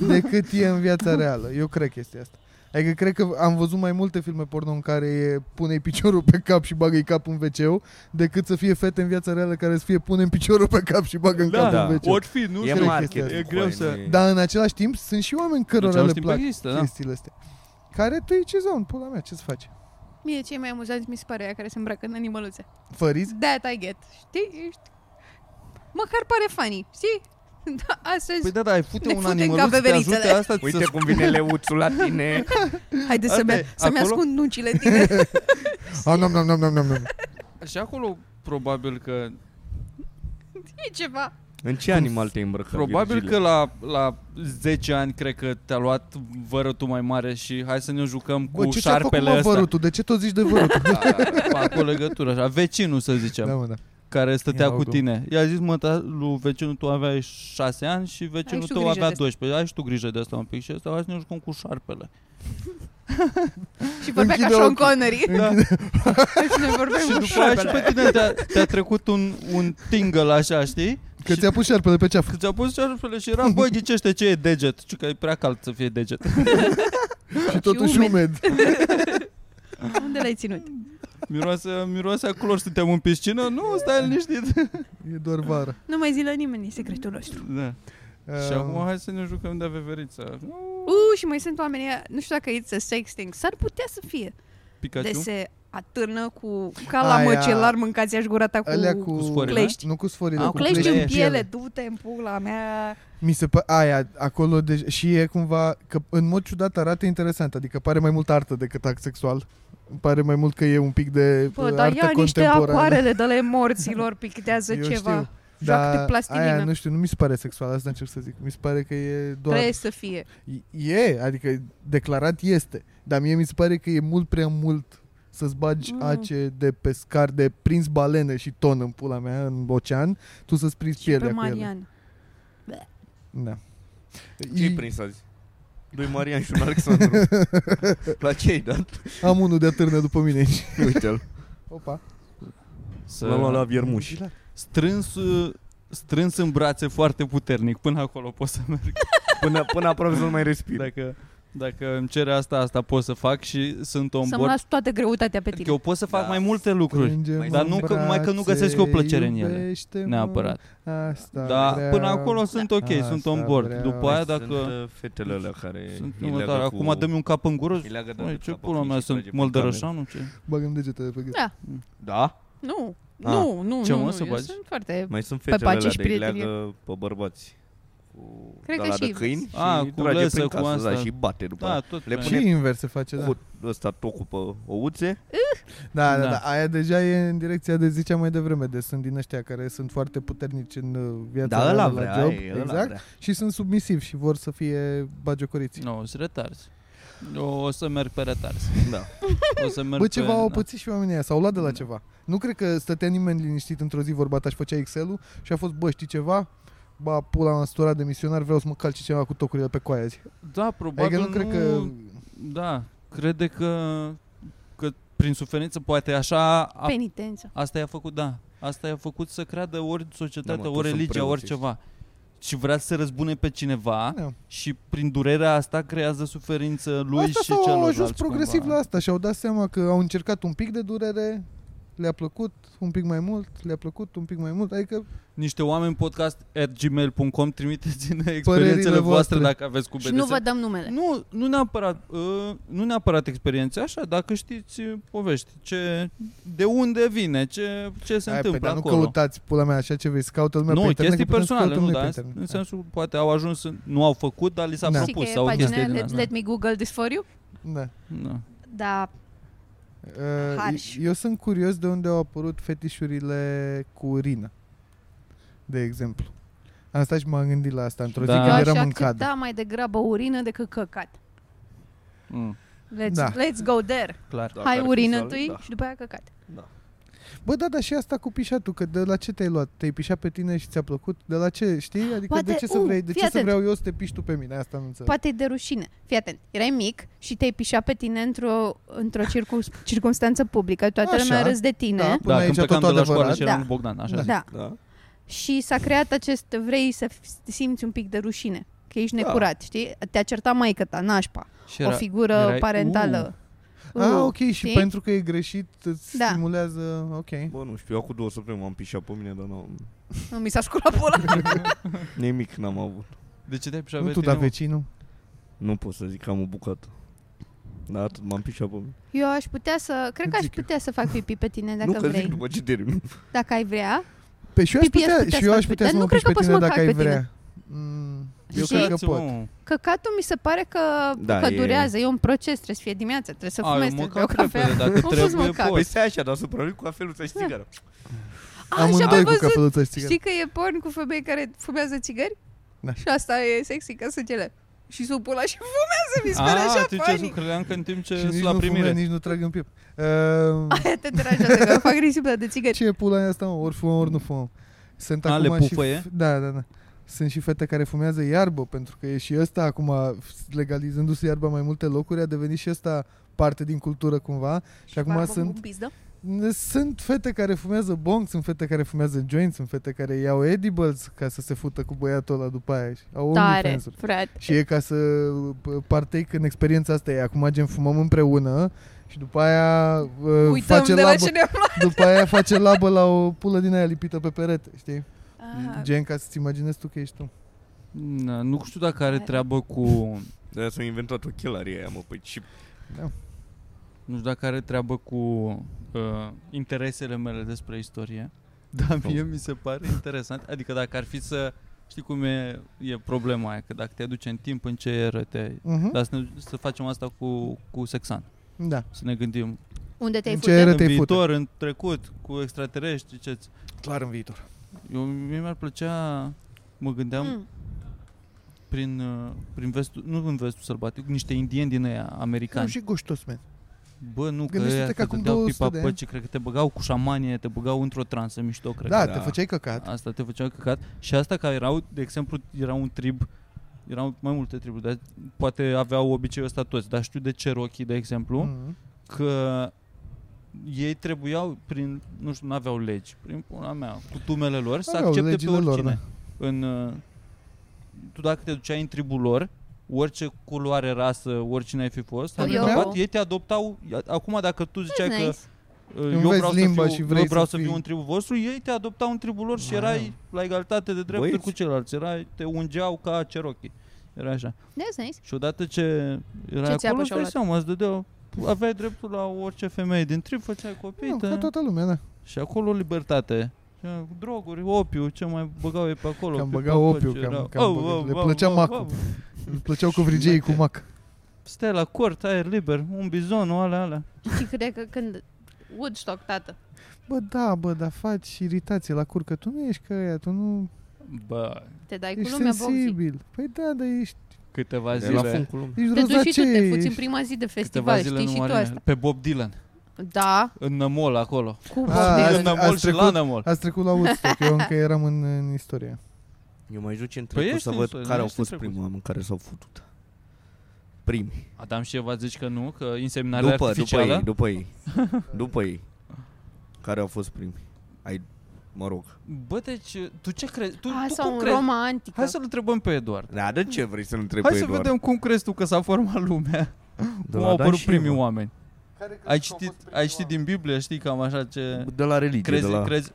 B: decât e în viața reală. Eu cred chestia asta. Adică cred că am văzut mai multe filme porno în care e pune piciorul pe cap și bagă-i capul în wc decât să fie fete în viața reală care să fie pune piciorul pe cap și bagă în
A: Da,
B: cap
D: da.
B: în wc
A: Ori fi, nu
D: E
B: cred
D: marketing,
B: chestia
A: asta. E greu
D: băi,
A: să- Da,
D: nu e-
B: Dar în același timp sunt și oameni cărora le plac
A: există, da.
B: chestiile astea. Care tu e ce zonă, pula mea, ce-ți faci?
C: Mie cei mai amuzanți mi se pare aia care se îmbracă în animăluțe.
B: Făriți?
C: That I get, știi? Ești- Măcar pare funny, știi? Da, astăzi,
A: Păi da, da, ai fute
C: Ne
A: un
C: fute în
A: animăluț,
C: cap
A: te ajută
C: beberitele.
A: asta
D: Uite
A: să
D: cum vine leuțul la tine
C: haide
A: da, asta
C: să-mi,
A: e,
C: să-mi
A: acolo?
C: ascund nuncile tine.
B: Ah, nom, nom, nom, nom, nom, nom.
A: Și acolo probabil că
C: E ceva.
D: În ce animal te îmbrăcă,
A: Probabil
D: Virgile?
A: că la, la 10 ani cred că te-a luat vărătul mai mare și hai să ne jucăm cu
B: Bă, ce ți-a făcut
A: șarpele
B: mă
A: ăsta.
B: vărutul? De ce tot zici de vărutul?
A: Da, da, fac o legătură așa, vecinul să zicem,
B: da,
A: da.
B: mă, da.
A: care stătea
B: Ia
A: cu
B: uite-o.
A: tine. I-a zis, mă, ta, lui vecinul tău aveai 6 ani și vecinul
C: și tu
A: tău
C: grijă de
A: avea
C: asta.
A: 12. Ai și tu grijă de asta un pic și ăsta, hai să ne jucăm cu șarpele.
C: Și vorbea ca
B: Închide
C: Sean
B: ochii.
C: Connery.
A: Da.
C: Și ne vorbeam
A: și
C: cu
A: după aia și
C: șarpele.
A: pe tine te-a, te-a trecut un, un tingle așa, știi?
B: Că ți-a pus șarpele pe ceafă.
A: Că ți-a pus șarpele și era, bă, ghicește ce e deget. Și că e prea cald să fie deget.
B: Și totuși
C: umed.
B: umed.
C: Unde l-ai ținut?
A: Miroase, miroase a culori, suntem în piscină? Nu, stai liniștit.
B: E doar vara.
C: Nu mai zi la nimeni secretul nostru.
A: Da. Și acum
B: Ehm,
A: hai să ne jucăm de veveriță.
C: Uuu, și mai sunt oameni, ăia- nu știu dacă it's a sexting, s-ar putea să fie. De
A: Pikachu?
C: se atârnă cu ca la
B: Aia-
C: măcelar mâncați aș gura ta
B: Alea
C: cu...
B: cu,
A: cu sforile.
C: clești.
B: Nu cu sforile,
A: Ah,
B: cu
A: cu
C: Clești
A: clești
C: în
A: în
C: piele, du-te în pula mea.
B: Mi se pă- aia, acolo de- și e cumva, că în mod ciudat arată interesant, adică pare mai mult artă decât act sexual. Îmi pare mai mult că e un pic de
C: Bă,
B: uh,
C: dar
B: artă
C: ia niște
B: contemporană.
C: acoarele de ale morților, pictează
B: Eu
C: ceva.
B: știu.
C: Joacă de
B: aia,
C: plastilină.
B: nu știu, nu mi se pare sexual, asta încerc să zic. Mi se pare că e doar...
C: Trebuie să fie.
B: E, adică declarat este, dar mie mi se pare că e mult prea mult să-ți bagi
C: Mm.
B: mm. ace de pescar, de prins balene și ton în pula mea, în ocean, tu să-ți prinzi
C: Și pe
B: pielea cu ele.
C: Marian.
B: Da.
D: Ce-i
B: I-
D: prins azi? Doi Marian și un Alexandru. La ce-i dat?
B: Am unul de atârnă după mine aici.
D: Uite-l.
B: Opa.
A: Să-
D: L-am luat la viermuș.
A: Strâns, uh, strâns în brațe foarte puternic. Până acolo pot să merg.
D: Până, până aproape să nu mai respir.
A: Dacă, dacă îmi cere asta, asta pot să fac și sunt on
C: Să-mi
A: board.
C: las toată greutatea pe
A: Că
C: tine.
A: eu pot să fac
D: Da.
A: mai multe lucruri. Dar nu că- numai că nu găsesc eu plăcere în ele. Neapărat.
B: Asta
A: Dar
B: vreau.
A: până acolo sunt ok,
B: da, Asta
A: sunt on board.
B: vreau.
A: După aia
D: Sunt
A: dacă...
D: uh, fetele alea care
A: Sunt
D: îi leagă
A: următoare.
D: cu...
A: Acum dă-mi un cap în gură.
D: îi leagă de
A: Măi,
D: gât
A: ce
D: la
A: pula
D: păpuși
A: mea
D: și trage
A: sunt?
D: prin
A: Măldărășanu? Ce?
B: Bagăm degetele pe gât.
C: Da.
D: cameră. Da?
C: Nu,
D: Ah.
C: nu, nu,
A: Ce,
C: nu,
A: mă,
C: nu.
A: să
C: eu
A: bagi?
C: sunt foarte...
D: Mai sunt fetele alea
C: pace și
D: de îi
C: prieteni.
D: leagă pe bărbați. Cu
C: Cred
D: de
C: că
D: alea
C: și-
D: de câini și
A: Ah,
D: îi
A: cu
D: trage
A: lăsă,
D: prin
A: cu
D: casă, da,
A: asta.
D: și îi bate după
A: Da,
D: aia.
A: tot.
D: Le
A: mai-
D: pune-
B: Și invers se face, da.
D: Cu ăsta tocul pe ouțe.
B: Da, da,
A: Da.
B: da. Aia deja e în direcția de ziceam mai devreme, de sunt din ăștia care sunt foarte puternici în uh, viața
D: Da, ăla
B: reală,
D: vrea,
B: la job,
D: aia e, ăla
B: exact,
D: vrea.
B: și sunt submisivi și vor să fie bagiocoriți.
A: Nu, sunt retarzi. O, o să merg pe retarzi.
D: Da.
A: O să merg pe...
B: Bă, ceva au
A: da.
B: pățit și oamenii aia, s-au luat de la
A: Da.
B: ceva. Nu cred că stătea nimeni liniștit într-o zi vorba ta și făcea Excel-ul și a fost, bă, știi ceva? Ba, pula mea, sturat de misionar, vreau să mă calci ceva cu tocurile pe coaie azi.
A: Da, probabil
B: Adică nu, cred că...
A: Da, crede că, că prin suferință poate așa...
C: Păi-
A: A,
C: Penitență.
A: asta i-a făcut, da. Asta i-a făcut să creadă ori societatea,
D: Da,
A: ori
D: mă, toți sunt
A: religia,
D: preoți
A: ori ceva. Și vrea să se răzbune pe cineva
B: Da.
A: și prin durerea asta creează suferință lui
B: asta
A: și
B: s-au
A: celorlalți.
B: ajuns progresiv
A: cumva.
B: la asta și au dat seama că au încercat un pic de durere, le-a plăcut un pic mai mult, le-a plăcut un pic mai mult, adică
A: Niște oameni podcast at gmail.com trimiteți-ne experiențele voastre
B: voastre.
A: dacă aveți cu BDSM.
C: Și nu vă dăm numele.
A: Nu, nu neapărat, uh, nu neapărat experiențe așa, dacă știți uh, povești, ce, de unde vine, ce, ce se
B: Hai, păi,
A: întâmplă
B: dar
A: acolo.
B: nu căutați pula mea așa ce vrei să caută lumea pe
A: nu,
B: internet.
A: chestii
B: că putem să
A: personale,
B: căutăm
A: nu,
B: noi
A: da,
B: pe
A: în,
B: internet.
A: în sensul, poate au ajuns, în- nu au făcut, dar li s-a
B: Da.
A: da.
C: Știi că
A: propus
C: e
A: sau
C: pagina
A: chestii din
C: let,
A: asta.
C: let me google this for you?
B: Da.
A: Da.
C: Da,
B: Uh,
C: Harsh.
B: eu sunt curios de unde au apărut fetișurile cu urină, de exemplu. Asta și m-am gândit la asta într-o
A: Da.
B: zi
C: eu
B: când
C: aș
B: eram în cadă.
C: accepta mai degrabă urină decât căcat.
A: Mm,
C: Let's,
B: Da.
C: let's go there.
A: clar.
D: Dacă
C: Hai
D: ar fi
C: urină
D: să-
C: tu
D: da.
C: și după aia căcat.
B: Bă, da, dar și asta cu pișatul, că de la ce te-ai luat? Te-ai pișat pe tine și ți-a plăcut? De la ce, știi? Adică
C: Poate-
B: de ce să
C: u,
B: vrei? De
C: fii
B: ce să
C: atent.
B: vreau eu să te piși tu pe mine? Asta nu înțeleg.
C: Poate e de rușine. Fii atent, erai mic și te-ai pișat pe tine într-o, într-o circu- circunstanță publică, toată
B: Așa,
C: lumea râs de tine.
B: da,
A: Da,
B: până
A: când
B: aici tot
A: plecam de la școală
B: adevărat.
A: și eram
C: Da.
A: cu Bogdan, așa.
B: Da.
A: zic.
C: da.
D: Da.
C: Și s-a creat acest, vrei să f- simți un pic de rușine, că ești
D: Da.
C: necurat, știi? Te-a certat maică ta, nașpa,
A: Și
C: o
A: era, uh.
C: figură
A: erai-
C: parentală. Uh,
B: Ah, ok, și
C: știi?
B: pentru că e greșit, îți
C: Da.
B: stimulează, ok.
D: Bă, nu știu, eu cu două săptămâni m-am pișat pe mine, dar n-am...
C: Nu mi s-a scurat pula.
D: Nimic n-am avut.
A: de ce te-ai pișat
B: Nu
A: pe
B: tu,
A: tine,
B: dar
A: mă?
B: vecinul.
D: Nu pot să zic că am o bucată. Dar atât m-am pișat pe mine.
C: Eu aș putea să, cred că aș
B: Zic eu.
C: putea să fac pipi pe tine dacă
D: nu că
C: vrei.
D: zic după ce termin.
C: Dacă ai vrea.
B: Pe Păi și eu aș
C: Pipi
B: putea,
C: aș putea
B: și
C: să
B: eu
C: fac
B: aș putea
C: pe-
B: să mă piși pe tine
C: Dar nu cred că poți să mă
B: dacă
C: calci
B: ai
C: pe tine.
B: vrea. Mm, Eu
C: Și-
B: cred că pot.
A: Mă.
C: Căcatul mi se pare că,
D: Da,
C: că
D: e-
C: durează, e... un proces, trebuie să fie dimineața, trebuie să
A: A, eu
C: fumezi, trebuie să
A: măcar
C: beau cafea.
A: repede, dacă
C: Nu pot să mă
A: trebuie,
C: cac.
A: pot.
D: Păi stai așa, dar supraviețui cu afeluța și
C: Da.
D: țigară.
C: A, și
B: Amândoi
C: am
B: cu
C: mai văzut.
B: căpăluța și țigară.
C: Știi că e porn cu femei care fumează țigări?
B: Da.
C: Și asta e sexy ca sângele. Și sub pula și fumează,
B: Ah,
C: mi se pare
A: A,
C: așa
A: tu ce
C: funny.
A: zic, credeam că în timp ce
B: Și
A: sunt
B: nici
A: la
B: nu fumă,
A: primire.
B: nici nu trag în piept. Uh,
C: Aia te deranjează că fac risipă de țigări.
B: ce e pula aia asta, mă? Ori fumăm, ori nu fumăm. Sunt
A: A,
B: acum
A: le
B: și...
A: pufăie?
B: f- Da, da, da. Sunt și fete care fumează iarbă, pentru că e și ăsta acum, f- legalizându-se iarba în mai multe locuri, a devenit și ăsta parte din cultură cumva. Și acum
C: Barbă
B: sunt
C: cu pizdă.
B: Sunt fete care fumează bong, sunt fete care fumează joints, sunt fete care iau edibles ca să se fută cu băiatul ăla după aia. Și au
C: Tare,
B: OnlyFans-uri.
C: frate.
B: Și e ca să p- partake în experiența asta. E acum gen fumăm împreună și după aia uh,
C: Uităm
B: face
C: de la
B: labă,
C: ce ne-am luat.
B: după aia face labă la o pulă din aia lipită pe perete, știi?
C: Ah,
B: Gen ca să-ți imaginezi tu că ești tu.
A: Na, Nu știu dacă are treabă cu...
D: De aia s-au inventat ochelarii aia, mă, păi și...
A: Nu știu dacă are treabă cu uh, interesele mele despre istorie, dar Da, mie mi se pare interesant. Adică dacă ar fi să... Știi cum e, e problema aia, că dacă te aduce în timp, în ce eră te...
B: Uh-huh. Da.
A: Dar să, ne, să facem asta cu, cu Sexan.
B: da.
A: Să ne gândim
C: Unde te-ai
B: În
C: făcut?
B: ce era
A: în
B: te-ai fute.
A: viitor, în trecut, cu extraterestri, ce
B: Clar în viitor.
A: Eu, mie mi-ar plăcea, mă gândeam, mm.
C: Mm.
A: prin, uh, prin vestul, nu în vestul sălbatic, niște indieni din aia,
B: Nu,
A: americani.
B: și gustos, man.
A: Bă, nu, că
B: Gândește-te
A: ăia
B: că
A: te
B: acum
A: dădeau
B: 200
A: pipa
B: de
A: păcii, cred că te băgau cu șamanie, te băgau într-o transă mișto, cred.
B: Da,
A: că.
B: da, te
D: da.
B: făceai căcat.
A: Asta te făcea căcat. Și asta că erau, de exemplu, era un trib, erau mai multe triburi, dar poate aveau obiceiul ăsta toți, dar știu de Cherokee, de exemplu, mm.
B: Mhm.
A: că ei trebuiau prin, nu știu, nu aveau legi, prin pula mea, cu tumele lor, să
B: Aveau
A: accepte pe
B: legile lor, da.
A: oricine. în, uh, tu dacă te duceai în tribul lor, orice culoare, rasă, oricine ai fi fost,
B: Eu-
A: ai adoptat, ei te adoptau. a- Acum dacă tu ziceai
C: That's
A: că
C: nice.
A: uh, eu
B: Înveți
A: vreau, să
B: limba
A: fiu,
B: și vrei
A: eu vreau
B: să
A: să fiu
B: fii-
A: în tribul vostru, ei te adoptau în tribul lor și erai la egalitate de drepturi
D: Băieți.
A: cu ceilalți. Erai, te ungeau ca Cherokee. Era așa.
C: That's nice.
A: Și odată ce erai
C: țeapă
A: acolo, îți
C: și-au
A: dai
C: luat?
A: seama, îți dădeau aveai dreptul la orice femeie din trib, făceai copii,
B: Nu,
A: te...
B: ca toată lumea, da.
A: și acolo libertate. Și, uh, Droguri, opiu, ce mai băgau ei pe acolo?
B: Cam
A: pipa,
B: băgau
A: păci,
B: opiu, cam-
A: erau-
B: cam
A: Au,
B: băgau-
A: au,
B: le
A: au,
B: plăcea
A: au,
B: macul.
A: au.
B: Îmi plăceau covrigeii cu mac.
A: Stai la cort, aer liber, un bizon, o alea, alea.
C: Și cred că când Woodstock, tată.
B: Bă, da, bă, dar faci iritație la cur, că tu nu ești ca aia, tu nu...
A: Bă,
C: Te dai cu
B: ești
C: lumea, Bogzi.
B: sensibil. Păi da, dar ești,
A: câteva
D: De la fund
A: zile,
D: cu lumea.
B: ești
C: Te duci și tu, te
B: rozacee,
C: fuți în
B: ești-
C: prima zi de
A: câteva
C: festival,
A: zile
C: știi
A: nu
C: și tu
A: mai
C: asta.
A: pe Bob Dylan,
C: Da,
A: în Nămol acolo.
C: cu
B: Ah,
C: Bob Dylan.
A: în Nămol
B: ați
A: și la
B: trecut?
A: Nămol.
B: Ați trecut la Woodstock, eu încă eram în, în istorie.
D: Eu mai duc
A: Păi
D: în trecut
A: ești
D: să
A: în
D: văd
A: istorie,
D: care au
A: ești în
D: fost
A: trecut.
D: primii oameni care s-au futut. Primii.
A: Adam și Eva zici că nu, că inseminarea
D: După, după
A: artificială.
D: ei, după ei. După ei. Care au fost primii. Ai, mă rog.
A: Bă, deci, tu ce crezi? Tu,
C: Ah,
A: tu
C: sau
A: cum
C: în
A: crezi?
C: Roma antică.
A: Hai să-l întrebăm pe Eduard.
D: Da, de ce vrei să-l întrebi
A: Hai
D: pe
A: să
D: Eduard?
A: vedem cum crezi tu că s-a format lumea,
D: De
A: cum
D: la
A: au
D: Dan
A: apărut
D: și
A: primii
D: Eva.
A: oameni. Ai citit, ai citit din Biblie, știi, cam așa ce...
D: De la religie,
A: Crezi,
D: Da. de la...
A: crezi,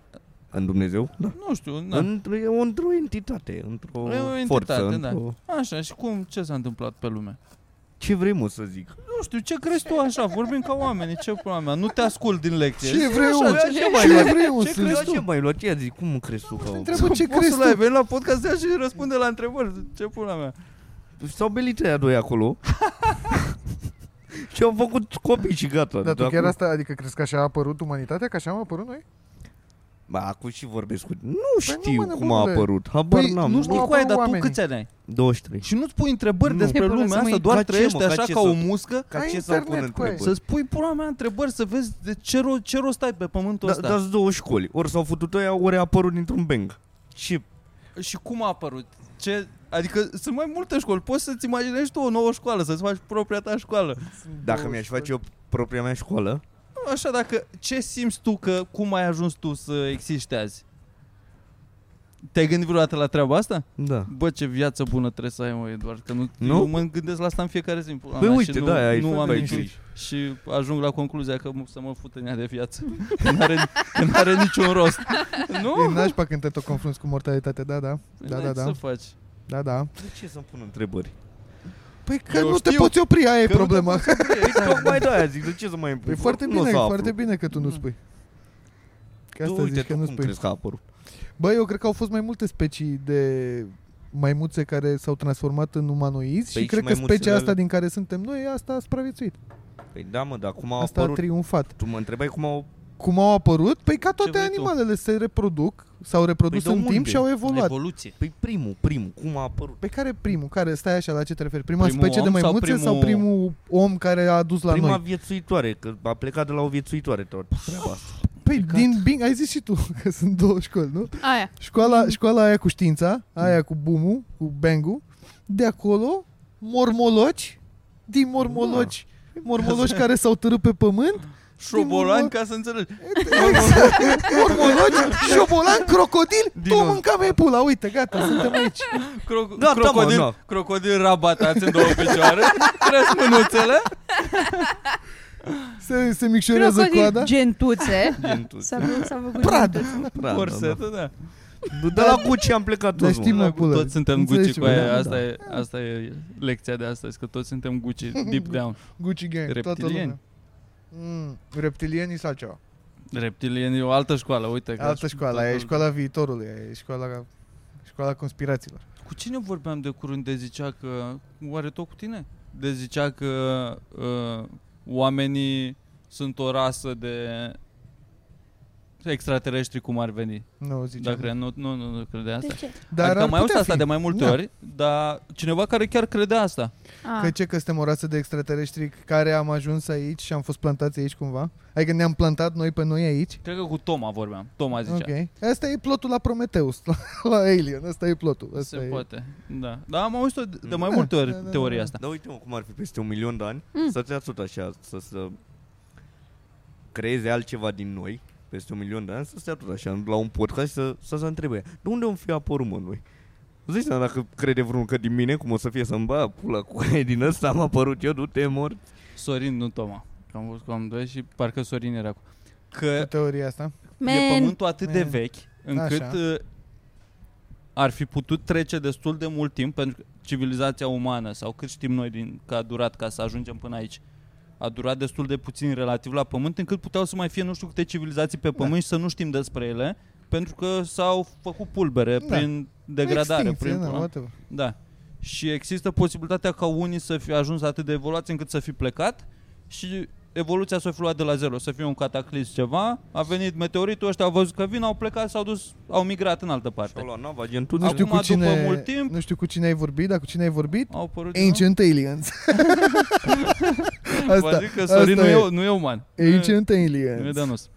D: În Dumnezeu? Da.
A: nu știu, na.
D: Într-o, e o- într-o entitate, într-o
A: E o
D: forță,
A: entitate, da.
D: într-o...
A: Așa, și cum, ce s-a întâmplat pe lume?
D: Ce vrei, mă, să zic?
A: Nu știu, ce crezi tu așa? Vorbim ca oameni, ce pula mea? Nu te ascult din lecție.
B: Ce vrei,
A: Așa,
B: mă?
A: ce- ce mai
B: Ce
A: faci?
B: vrei, mă,
A: ce
B: să
A: crezi
D: Eu
B: zici
D: ce
B: tu?
D: mai luat? Ce zic? Cum crezi tu că au...
B: Întreabă ce
A: Poți
B: crezi
A: să ai
B: tu?
A: venit la podcast de azi și răspunde la întrebări. Ce pula mea?
D: S-au belit aia doi acolo. și au făcut copii și gata.
B: Dar tu
D: Acum-
B: chiar asta, adică crezi că așa a apărut umanitatea, că așa am apărut noi?
D: Ba, acum și vorbesc cu... Nu știu
B: mă,
D: cum a
B: nebunule.
D: apărut. Habar
B: Păi,
D: n-am.
A: Nu
B: Au
A: știi
B: apărut
A: cu aia, dar tu
B: oamenii.
A: câți ani ai?
D: 23.
A: Și nu-ți pui întrebări
D: Nu.
A: despre
C: Ei, pula,
A: lumea
C: să mă
A: asta,
C: uit.
A: doar
D: Păi, Ca ce,
A: trăiești
D: mă, ca
A: așa
D: ce
A: ca păi.
D: să-
A: o muscă?
D: Ca
B: Ai
D: ce s-au pun
B: internet, coaie.
D: întrebări?
A: Să-ți pui pula mea întrebări, să vezi de ce, ro- ce rost ai pe pământul
D: Da,
A: ăsta.
D: dați două școli. Ori s-au futut ăia, ori a apărut dintr-un bang. Și da.
A: Și cum a apărut? Ce... Adică sunt mai multe școli, poți să-ți imaginezi tu o nouă școală, să-ți faci propria ta școală.
D: dacă mi-aș face eu propria mea școală,
A: Așa, dacă ce simți tu că cum ai ajuns tu să existi azi? Te-ai gândit vreodată la treaba asta?
D: da.
A: Bă, ce viață bună trebuie să ai, mă, Eduard, că nu,
D: Nu?
A: nu? eu mă gândesc la asta în fiecare zi. pula
D: Păi
A: mea,
D: uite,
A: și nu,
D: da, ai
A: nu am
D: ai
A: niciun-
D: grijă.
A: Și ajung la concluzia că m- să mă fut în ea de viață. Că n-are, că n-are niciun rost. Nu?
D: Uh!
B: E nașpa când te tot confrunți cu mortalitatea, da, da,
A: Păi
B: da,
A: n-ai
B: da,
A: ce
B: da,
A: să faci.
B: da, da.
D: De ce să-mi pun întrebări?
B: Păi că
A: Eu
B: nu te
A: știu
B: poți opri, aia e
A: că nu te
B: problema.
D: Păi tocmai de aia zic, de ce să mai
B: E foarte
D: Nu
B: bine,
D: o
B: e
D: să aflu.
B: foarte bine că tu nu spui. Că
D: Tu
B: asta
D: uite,
B: zici că
D: tu
B: nu
D: cum
B: spui.
D: crezi că a apărut?
B: Bă, eu cred că au fost mai multe specii de maimuțe care s-au transformat în umanoizi și
D: Păi și
B: cred că
D: maimuțele
B: specia asta
D: alea.
B: din care suntem noi, asta a supraviețuit.
D: Păi da, mă, dar cum a
B: Asta a
D: apărut?
B: triumfat.
D: Tu mă întrebai cum au
B: cum au apărut, păi ca toate
A: vrei tu?
B: animalele se reproduc, s-au reprodus
D: Păi de
B: în timp
D: unde?
B: și au evoluat.
A: Evoluție.
D: Păi primul, primul, cum a apărut?
B: Pe care primul? Care, stai așa, la ce te referi? Prima
A: Primul
B: specie de
A: om sau
B: maimuțe sau primul...
A: primul-
B: om care a adus la
D: Prima
B: noi?
D: viețuitoare, că a plecat de la o viețuitoare tot treaba asta.
B: Păi din Bing, ai zis și tu că sunt două școli, nu?
C: Aia.
B: Școala, școala aia cu știința, aia cu bumul, cu bangul, de acolo mormologi, din mormologi,
A: Da.
B: mormologi care s-au târât pe pământ,
A: Șobolan, ca să înțelegi.
B: exact, mormologi, șobolan, crocodil, tu
A: Dino.
B: mâncam e pula, uite, gata, suntem aici.
A: Cro-
D: Da,
A: crocodil,
D: da, mă, da.
A: crocodil rabatați în două picioare, cresc mânuțele.
B: Se, se micșorează
C: Crocodil
B: coada.
C: gentuțe.
D: Gentul.
C: S-a făcut, s-a făcut
B: Prad.
C: gentuțe.
D: Da, da,
A: Corsetă, da.
D: da. De la Gucci am plecat
B: Dar
D: toți,
B: știm,
D: mă.
B: mă, pula.
A: Toți suntem
B: Înțelegi
A: Gucci cu
B: ce
A: aia,
B: vreau, da.
A: asta, e, asta e lecția de astăzi, că toți suntem Gucci, deep down.
B: Gucci Gang, toată lumea.
A: Reptilieni.
B: Mm, reptilienii sau ceva?
A: Reptilieni e o altă școală, uite. că-
B: Altă școală, aia e școala viitorului, aia e școala, școala conspirațiilor.
A: Cu cine vorbeam de curând de zicea că... Oare tot cu tine? De zicea că uh, oamenii sunt o rasă de extraterestri cum ar veni.
B: Nu, ziceam.
A: Dacă nu, nu, nu, nu crede asta.
E: De ce?
B: Dar
A: adică
B: ar
A: am mai auzit
B: putea
A: asta
B: fi.
A: de mai multe
B: Da.
A: ori, dar cineva care chiar crede asta.
C: Ah.
B: Că ce, că suntem o rasă de extraterestri care am ajuns aici și am fost plantați aici cumva? Adică ne-am plantat noi pe noi aici?
A: Cred că cu Toma vorbeam. Toma zicea.
B: Ok. Asta e plotul la Prometheus, la, la Alien. Asta e plotul. Asta
A: Se
B: e...
A: poate, da. Dar am auzit-o de, de mai
B: Da,
A: multe ori
B: da, da, da,
A: teoria
B: da.
A: asta.
D: Dar uite mă, cum ar fi peste un milion de ani
C: Mm.
D: mm. să te tot așa, să, să creeze altceva din noi peste un milion de ani, să stea tot așa la un podcast și să, să se întrebe de unde om fi apărut mă noi? Zici, dar dacă crede vreunul că din mine, cum o să fie să-mi bă, pula cu aia din ăsta am apărut eu, du-te mor.
A: Sorin, nu Toma. Că am văzut cu amândoi și parcă Sorin era cu...
B: Cu
A: Că
B: teoria asta.
A: e
C: Man.
A: pământul atât de
B: Man.
A: vechi încât
B: Așa.
A: uh, ar fi putut trece destul de mult timp pentru că civilizația umană sau cât știm noi din că a durat ca să ajungem până aici a durat destul de puțin relativ la pământ încât puteau să mai fie nu știu câte civilizații pe
B: Da.
A: pământ și să nu știm despre ele pentru că s-au făcut pulbere
B: Da.
A: prin degradare,
B: Extinție,
A: prin
B: da,
A: pula.
B: whatever.
A: Da. Și există posibilitatea ca unii să fi ajuns atât de evoluați încât să fi plecat și evoluția să fi luat de la zero, să fie un cataclism ceva, a venit meteoritul ăștia, au văzut că vin, au plecat, s-au dus, au migrat în altă
D: Și-au
A: parte.
D: luat nava, gen tu
B: Nu știu,
A: Acum,
B: cu cine,
A: după mult timp-
B: nu știu cu cine ai vorbit, dar cu cine ai vorbit?
A: Au apărut
B: Ancient Aliens.
A: asta, Vă
B: asta,
A: zic că Sorin nu
B: asta
A: e, nu e uman.
B: Ancient
A: Nu e- nu e
B: Aliens.
A: de-a nostru.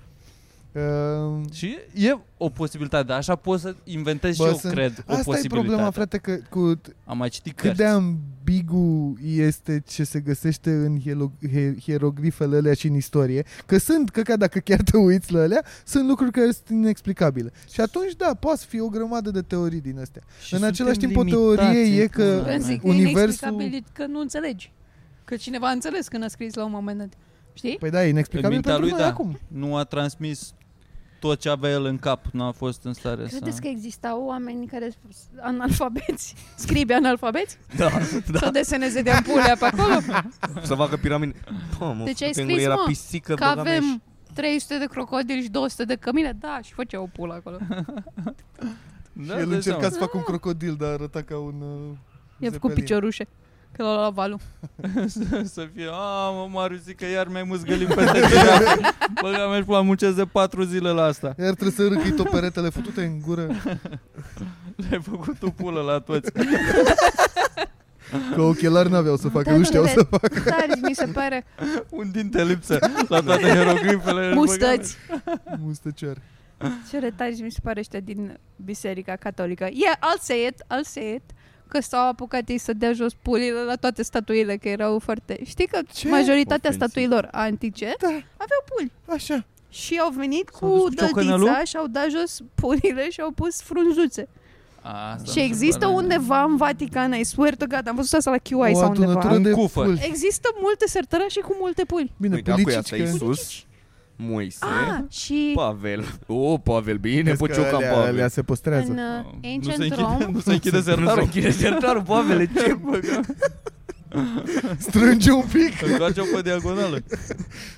B: Um,
A: Și e o posibilitate, dar așa pot să inventez și
B: Bă,
A: eu,
B: sunt-
A: cred, o
B: Asta e
A: posibilitate.
B: problema, frate, că cu
A: Am mai citit
B: Cât
A: cărți.
B: de ambigu este ce se găsește în hielo- he- hieroglifele alea și în istorie, că sunt, că ca dacă chiar te uiți la alea, sunt lucruri care sunt inexplicabile. Și atunci, da, poate fi o grămadă de teorii din astea.
A: Și
B: în
A: suntem
B: același timp, o
A: limitați
B: teorie
A: în
B: e că-
A: pula
C: Că
A: mea.
C: Zic,
B: Universul-
C: universul... e inexplicabil că nu înțelegi. Că cineva a înțeles când a scris la un moment dat. Știi?
B: Păi da, e
A: În
B: inexplicabil
A: mintea
B: pentru
A: lui,
B: noi
A: da.
B: acum.
A: Nu a transmis tot ce avea el în cap, nu a fost în stare
E: Păi, Credeți
A: să...
E: că existau oameni care sunt analfabeți? Scribe analfabeți?
D: Da,
C: Să
D: da,
C: deseneze de ampulea pe acolo?
D: să facă piramide. Pă, mă,
E: Deci ai
D: fute-n
E: scris,
D: gură, era
E: mă,
D: pisică,
E: Că
D: băga mea, și-
E: avem 300 de crocodili și 200 de cămile? Da, și făcea o pulă acolo.
A: Da,
B: Da, El
A: dai
B: încerca
A: seama.
B: să facă un crocodil, dar arăta ca un... uh,
C: E cu
B: zeppelin.
C: piciorușe. Că l-a luat valul.
A: să, să fie, a, mă, Marius, zic că iar mi-ai mâzgălit peste gura. Bă, că mi-aș pula, muncesc de patru zile la asta.
B: Iar trebuie să râcâi tot peretele futute în gură
A: Le-ai făcut tu pulă la toți.
B: Că ochelari n-aveau
C: Da,
B: să facă, nu știau să facă
E: Tari, mi se pare.
A: Un dinte lipsă la toate hieroglifele.
C: Mustăți.
B: Mustăcioare
E: Ce retari mi se pare ăștia din biserica catolică. Yeah, I'll say it, I'll say it. Că s-au apucat ei să dea jos pulile la toate statuile, că erau foarte... Știi că
B: Ce?
E: majoritatea
D: Ofensiv.
E: statuilor antice
B: Da.
E: aveau puli.
B: Așa
E: Și au venit
A: S-au dus
E: cu
A: cu ciocănelul?
E: dăltița și au dat jos pulile și au pus frunzuțe.
A: Asta
E: Și
A: mi se
E: există
A: pare.
E: undeva în Vatican, I swear to God, am văzut asta la QI sau
B: adunătură
E: undeva.
B: de
A: Cufăr.
B: pulpi.
E: Există multe sertări și cu multe puli.
B: Bine,
D: Uite, acu
B: pulicici
D: asta
B: că-
D: Iisus, Moise,
E: Ah, și
D: Pavel. O, oh, Pavel, bine,
B: Vezi că
D: păcioca
B: alea-
D: Pavel.
B: alea se păstrează.
E: în uh,
A: Nu se
E: Ancient
A: închide-
E: Rome,
A: Nu se închide
D: Nu se
A: sertarul.
D: închide sertarul, Pavele, ce bă?
B: Strânge un pic.
A: Îl face pe diagonală.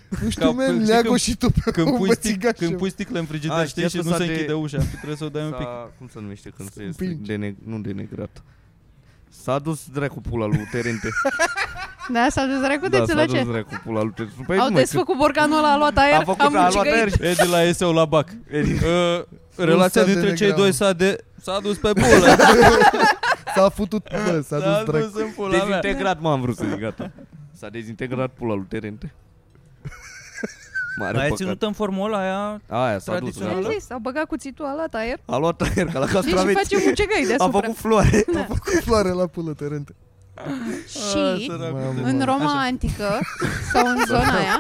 B: Nu
A: Ca-
B: știu, men,
A: știi
B: leagă
A: când-
B: și tu pe
A: Când
B: un
A: pui, stic,
B: bățigaș.
A: când pui sticle în frigider,
D: A,
A: știi,
D: știi,
A: și
D: asta
A: nu se
D: de-
A: închide ușa. Trebuie să o dai un pic.
D: S-a- Cum se numește când se
B: Împingi.
D: dene, nu denegrat? S-a dus dracu pula lui Terente.
C: Da, s-a dus dracu de
D: Da,
C: ți
D: s-a
C: la
D: dus
C: ce?
D: dracu pula lui Terțu. Păi
C: Au
D: nu mai cât-
C: desfăcut borcanul ăla, a luat
D: A
C: aer,
D: făcut,
C: am
D: a luat
C: muncigăit.
D: aer și-
A: E de la SEO la BAC. Uh, relația
B: s-a
A: dintre cei
B: denegrat,
A: doi
B: mă.
A: s-a, de, s-a dus pe bulă.
B: S-a futut, bă, s-a dus dracu.
A: în pula mea.
D: Dezintegrat m-am vrut să zic, gata. S-a dezintegrat pula lui Terente. Mare
A: Ai
D: păcat.
A: ținut în formula aia?
D: Aia s-a dus,
A: tradițională?
D: gata.
C: Ai zis, au băgat cuțitul, a luat aer
D: A luat aer ca la
C: și
D: castraveți.
C: face mucegăi
D: A
C: deasupra.
D: făcut floare.
B: Cu floare la pulă, terente.
A: Ă,
C: Și
B: Mamă,
C: în
B: mamă.
C: Roma
A: Așa.
C: antică sau în zona aia,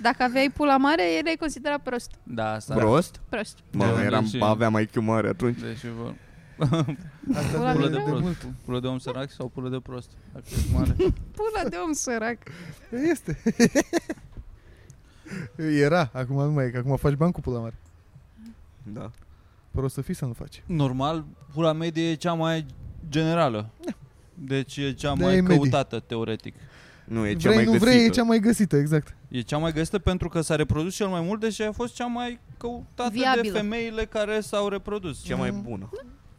C: dacă aveai pula mare, erai considerat prost.
A: Da, asta.
D: Prost?
C: Prost.
D: Mamă,
A: Da,
D: eram,
A: și-
D: aveam IQ mare atunci.
A: Deci, vă,
B: Asta
C: Pula
B: de,
A: pulă
B: de
A: de
B: mult.
A: prost. Pulă de om sărac sau pulă de prost? Dacă e mare.
C: Pula de om sărac.
B: Este. Era, acum nu mai e, că acum faci bani cu pula mare.
D: Da.
B: Prost să fii să nu faci.
A: Normal, pula medie e cea mai generală. Deci e cea
B: Da,
A: mai
B: e medie.
A: căutată, teoretic.
D: Nu, e cea
B: Vrei,
D: mai
B: nu
D: găsită.
B: vrei, e cea mai găsită, exact.
A: E cea mai găsită pentru că s-a reprodus cel mai mult, deși a fost cea mai căutată de
C: Viabilă.
A: femeile care s-au reprodus.
D: Cea mai
B: Mhm.
D: bună.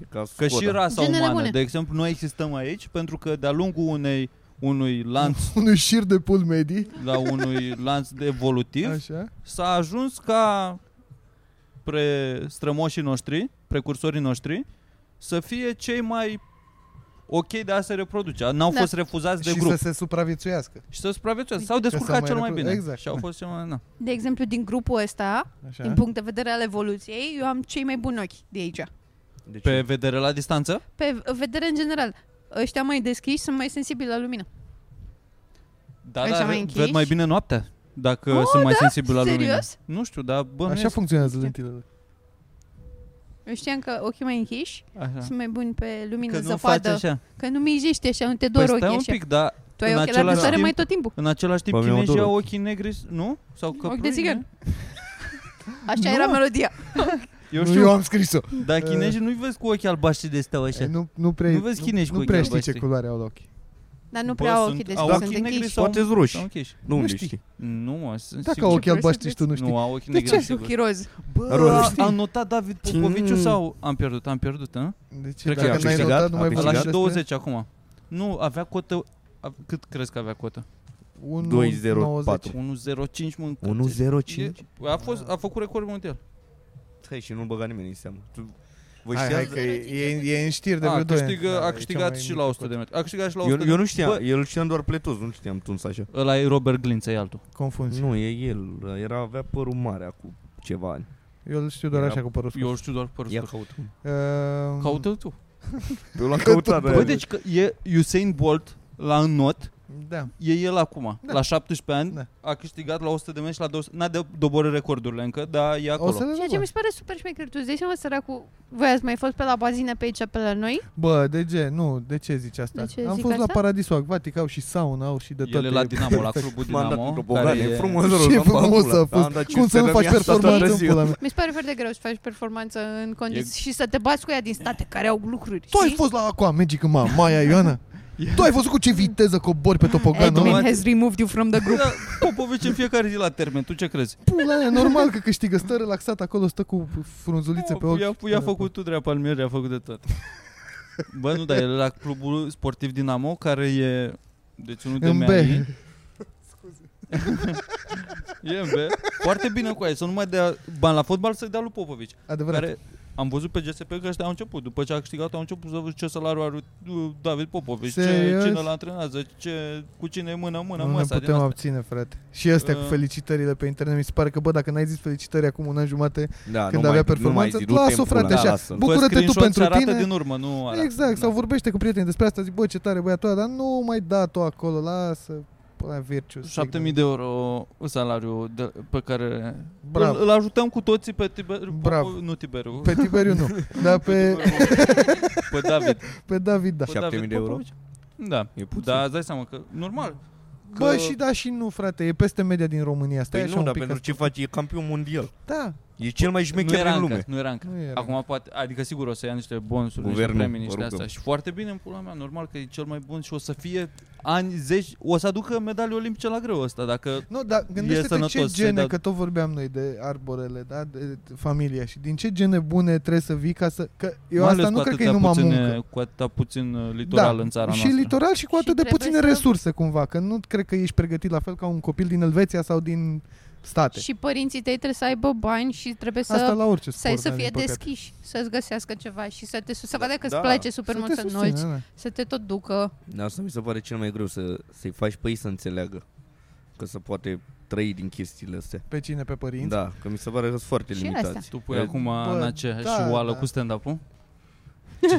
D: E ca
A: Că
D: Skoda.
A: și rasa
C: Genele
A: umană,
C: bune.
A: de exemplu, noi existăm aici pentru că de-a lungul unei unui lanț
B: Unui șir de pul medii,
A: la unui lanț de evolutiv
B: așa.
A: s-a ajuns ca pre strămoșii noștri, precursorii noștri, să fie cei mai ok de a se reproduce. N-au
C: Da.
A: fost refuzați de
B: și
A: grup.
B: să se supraviețuiască.
A: Și să supraviețuiască. S-au
B: s-a
A: descurcat
B: mai
A: cel mai
B: repro-
A: bine.
B: exact,
A: Și au
B: da.
A: fost cel mai... Na.
C: De exemplu, din grupul ăsta,
D: Da.
B: Așa.
C: din punct de vedere al evoluției, eu am cei mai buni ochi de aici.
D: De ce?
A: Pe vedere la distanță?
C: Pe vedere în general, ăștia mai deschiși sunt mai sensibili la lumină.
A: Da,
C: Așa
A: da,
C: mai
A: ve-
C: închiși?
A: ved mai bine noaptea. Dacă
C: Oh,
A: sunt mai
C: da?
A: sensibil la lumină.
C: Serios?
A: Nu știu, dar bă,
B: Așa funcționează lentilele.
C: Eu știam că ochii mai închiși
D: Da.
A: Așa.
C: sunt mai buni pe lumină
A: Că nu faci
C: zăpadă.
A: așa.
C: Că nu mijești așa, nu te dor
A: Păi
C: ochii
A: stai un
C: așa.
A: pic, dar
C: Tu ai
A: în
C: ochelari de
A: același
C: soare
A: timp-
C: mai tot timpul.
A: în același timp
D: Pe mine mă
A: chinezii
D: dor
A: au ochii negri, nu? Sau că păi, da.
C: Ochi de țigan. Așa era melodia.
A: Eu
B: Nu, eu Eh,
A: știu,
B: am scris-o.
A: dar chinezii nu-i vezi cu ochii albaștri de stau
B: E,
A: așa.
B: Nu, nu prea,
A: Nu vezi chinezi cu
B: nu prea
A: ochii
B: știi ce
A: albaștri.
B: culoare au la ochi.
C: Dar nu
A: Bă,
C: prea
A: sunt-
C: ochii, deci
A: au
C: sunt
A: ochii negri
C: închiși.
A: sau-
D: Poate roși.
A: Sau închiși.
D: Nu,
B: Nu
D: nu
B: știi.
D: știi.
A: Nu, mă, sunt sigur.
B: Dacă au
C: Ce
B: Da, ochii
C: vrei să
B: albaștri și tu nu
A: Nu,
B: știi.
A: au ochii
B: De
A: negri,
B: ce?
C: Sunt
A: sigur.
C: roz.
D: Roz.
A: Bă, a- a notat David Popovici
D: Mm.
A: sau am pierdut? Am pierdut, a?
B: Deci
A: Cred că
B: dacă
A: i-am
B: n-ai
D: câștigat,
B: notat, nu
D: a
B: mai
A: Ăla
B: vorbim
D: câștigat.
A: și
B: despre
A: 20 acum. Nu, avea cotă... a- Cât crezi că avea cotă? 1.05
B: 1,90.
D: 2,04.
A: mă
D: 1,05?
A: E- A, fost, a făcut record mondial.
D: Hai și nu băga nimeni în seamă. Tu, voi
B: Hai, hai Da,
D: știați?
B: că e, e, e în știri de
A: a,
B: vreo 2
A: câștigă, a câștigat și la 100 de metri. A câștigat și la 100
D: Eu, eu nu știam,
A: Bă,
D: eu îl știam doar pletos, nu știam tuns așa.
A: Ăla e Robert Glință, e altul.
B: Confunzi.
D: Nu, e el, era, avea părul mare acum ceva ani.
B: Eu îl știu doar
D: Era-
B: așa cu părul
A: Mm? Eu
B: scurs.
A: știu doar părul.
D: Ia
A: scurt.
D: căută.
B: Ehm,
A: Caută-l tu.
D: Eu l-am căutat.
A: Bă, deci că e Usain Bolt la înnot,
B: Da.
A: e el acum.
B: Da.
A: La 17 ani
B: Da.
A: a câștigat la 100 de metri și la 200. N-a de doborât recordurile încă, dar e acolo.
B: O să le
C: Ceea ce
B: luăm.
C: mi se pare super șmecher. Tu îți dai seama, săracul, voi ați mai fost pe la bazine pe aici, pe la noi?
B: Bă, de ce? Nu, de ce zici asta?
C: De ce
B: Am
C: zic
B: fost la
C: asta?
B: Paradisul Acvatic, au și sauna, au și de toate.
A: El e la Dinamo, la
B: Perfect.
A: clubul
D: M-am dat
A: Dinamo.
D: un
A: care
D: tobogan, e
A: e-
D: frumos rău,
B: Ce
D: l-am băgat
B: frumos
D: pula.
B: a fost.
D: Am dat
B: Cum să nu
D: 500
B: faci
D: de mii, asta
B: performanță
D: toată
B: în
D: ziua.
B: pula mea?
C: Mi se pare foarte greu să faci performanță în condiții și să te bați cu ea din state care au lucruri.
B: Tu ai
C: știi?
B: fost la Aqua Magic, mă, Maia Ioana? Tu ai văzut cu ce viteză cobori pe topogan,
A: Edwin.
B: mă?
C: Admin has removed you from the group.
A: Da, Popovici în fiecare zi la termen, tu ce crezi?
B: Pula mea, normal că câștigă, stă relaxat acolo, stă cu frunzulițe pe ochi.
A: I-a, i-a făcut tu dreapta Palmieri, i-a făcut de tot. Bă, nu, dar el e la clubul sportiv Dinamo, care e deținut de
B: În B.
A: Meali. E în B. Foarte bine cu aia, să nu mai dea bani la fotbal, să-i dea lui Popovici.
B: Adevărat.
A: Care am văzut pe GSP că ăștia au început. După ce a câștigat, au început să văd ce salariu are uh, David Popovici, ce,
B: Serios?
A: cine l întrenează, ce, cu cine e mână, mână,
B: nu ne
A: măsa. din
B: putem
A: asta.
B: abține, frate. Și astea cu
A: adică Uh.
B: felicitările pe internet, mi se pare că, bă, dacă n-ai zis felicitări acum un an jumate,
D: Da,
B: când avea
D: nu mai- nu mai
B: performanță,
D: zi, du-te
B: lasă-o,
D: în pula
B: frate,
D: mea,
B: așa.
D: lasă-l.
A: Fă
B: Bucură-te tu
A: screenshot
B: pentru
A: și arată
B: tine.
A: din urmă, nu arată.
B: Exact, sau
A: Da.
B: vorbește cu prieteni despre asta, zic, bă, ce tare băiatul ăla, dar nu mai da tu acolo, lasă, pula virtuos.
A: 7000 de euro salariul de, pe care
B: Bravo.
A: Îl, îl ajutăm cu toții pe Tiberiu,
B: Bravo.
A: Popo, nu Tiberiu,
B: Pe Tiberiu nu, dar pe,
A: pe David.
B: pe David da.
A: Pe
D: 7.000 de euro?
A: Popovici. Da,
D: E puțin.
A: dar îți dai seama că normal.
B: Bă, și da și nu, frate, e peste media din România. Stai
D: Păi
B: așa
D: nu,
B: un
D: dar
B: pic
D: pentru
B: asta.
D: ce faci, e campion mondial.
B: Da,
D: E cel mai
A: nu
D: șmecher
A: era
D: din
A: încă,
D: lume.
A: nu era încă.
B: Nu era.
A: Acum poate, adică sigur o să ia niște bonusuri,
D: Guvernul,
A: niște premii, niște
D: vă rugăm.
A: astea. Și foarte bine în pula mea, normal că e cel mai bun și o să fie ani zeci, o să aducă medalii olimpice la greu ăsta, dacă
B: Nu, dar gândește-te
A: sănătos da.
B: ce
A: să-i
B: gene,
A: dau-
B: că tot vorbeam noi de arborele, da? de familia și din ce gene bune trebuie să vii ca să... Că eu
A: mai
B: asta
A: ales
B: nu
A: cu
B: cred că e
A: atâtea
B: numai
A: puține,
B: muncă. Da,
A: Cu atâta puțin uh, litoral în țara
B: și
A: noastră.
B: litoral și cu
E: Și
B: atât de
E: trebuie
B: puține
E: să-
B: resurse cumva, că nu cred că ești pregătit la fel ca un copil din Elveția sau din state.
E: Și părinții tăi trebuie să aibă bani și trebuie să...
B: Păi, Asta la orice
E: să,
B: sport,
E: să
B: da,
E: fie
B: din păcate.
E: deschiși, să-ți găsească ceva și să te sus- să
D: Da,
E: vadă că îți
D: da.
E: place super mult
B: te
E: să
B: susțină,
E: înolți,
B: da.
E: să te tot ducă.
D: Dar Da, asta mi se pare cel mai greu, să, să-i faci pe ei să înțeleagă. Că să poate trăi din chestiile astea.
B: Pe cine? Pe părinți?
D: Da, că mi se pare că sunt foarte
E: Și
D: limitați.
E: astea.
A: Da. Tu pui
D: Bă,
A: acum în aceeași
B: da,
A: oală
B: da.
A: cu stand-up-ul?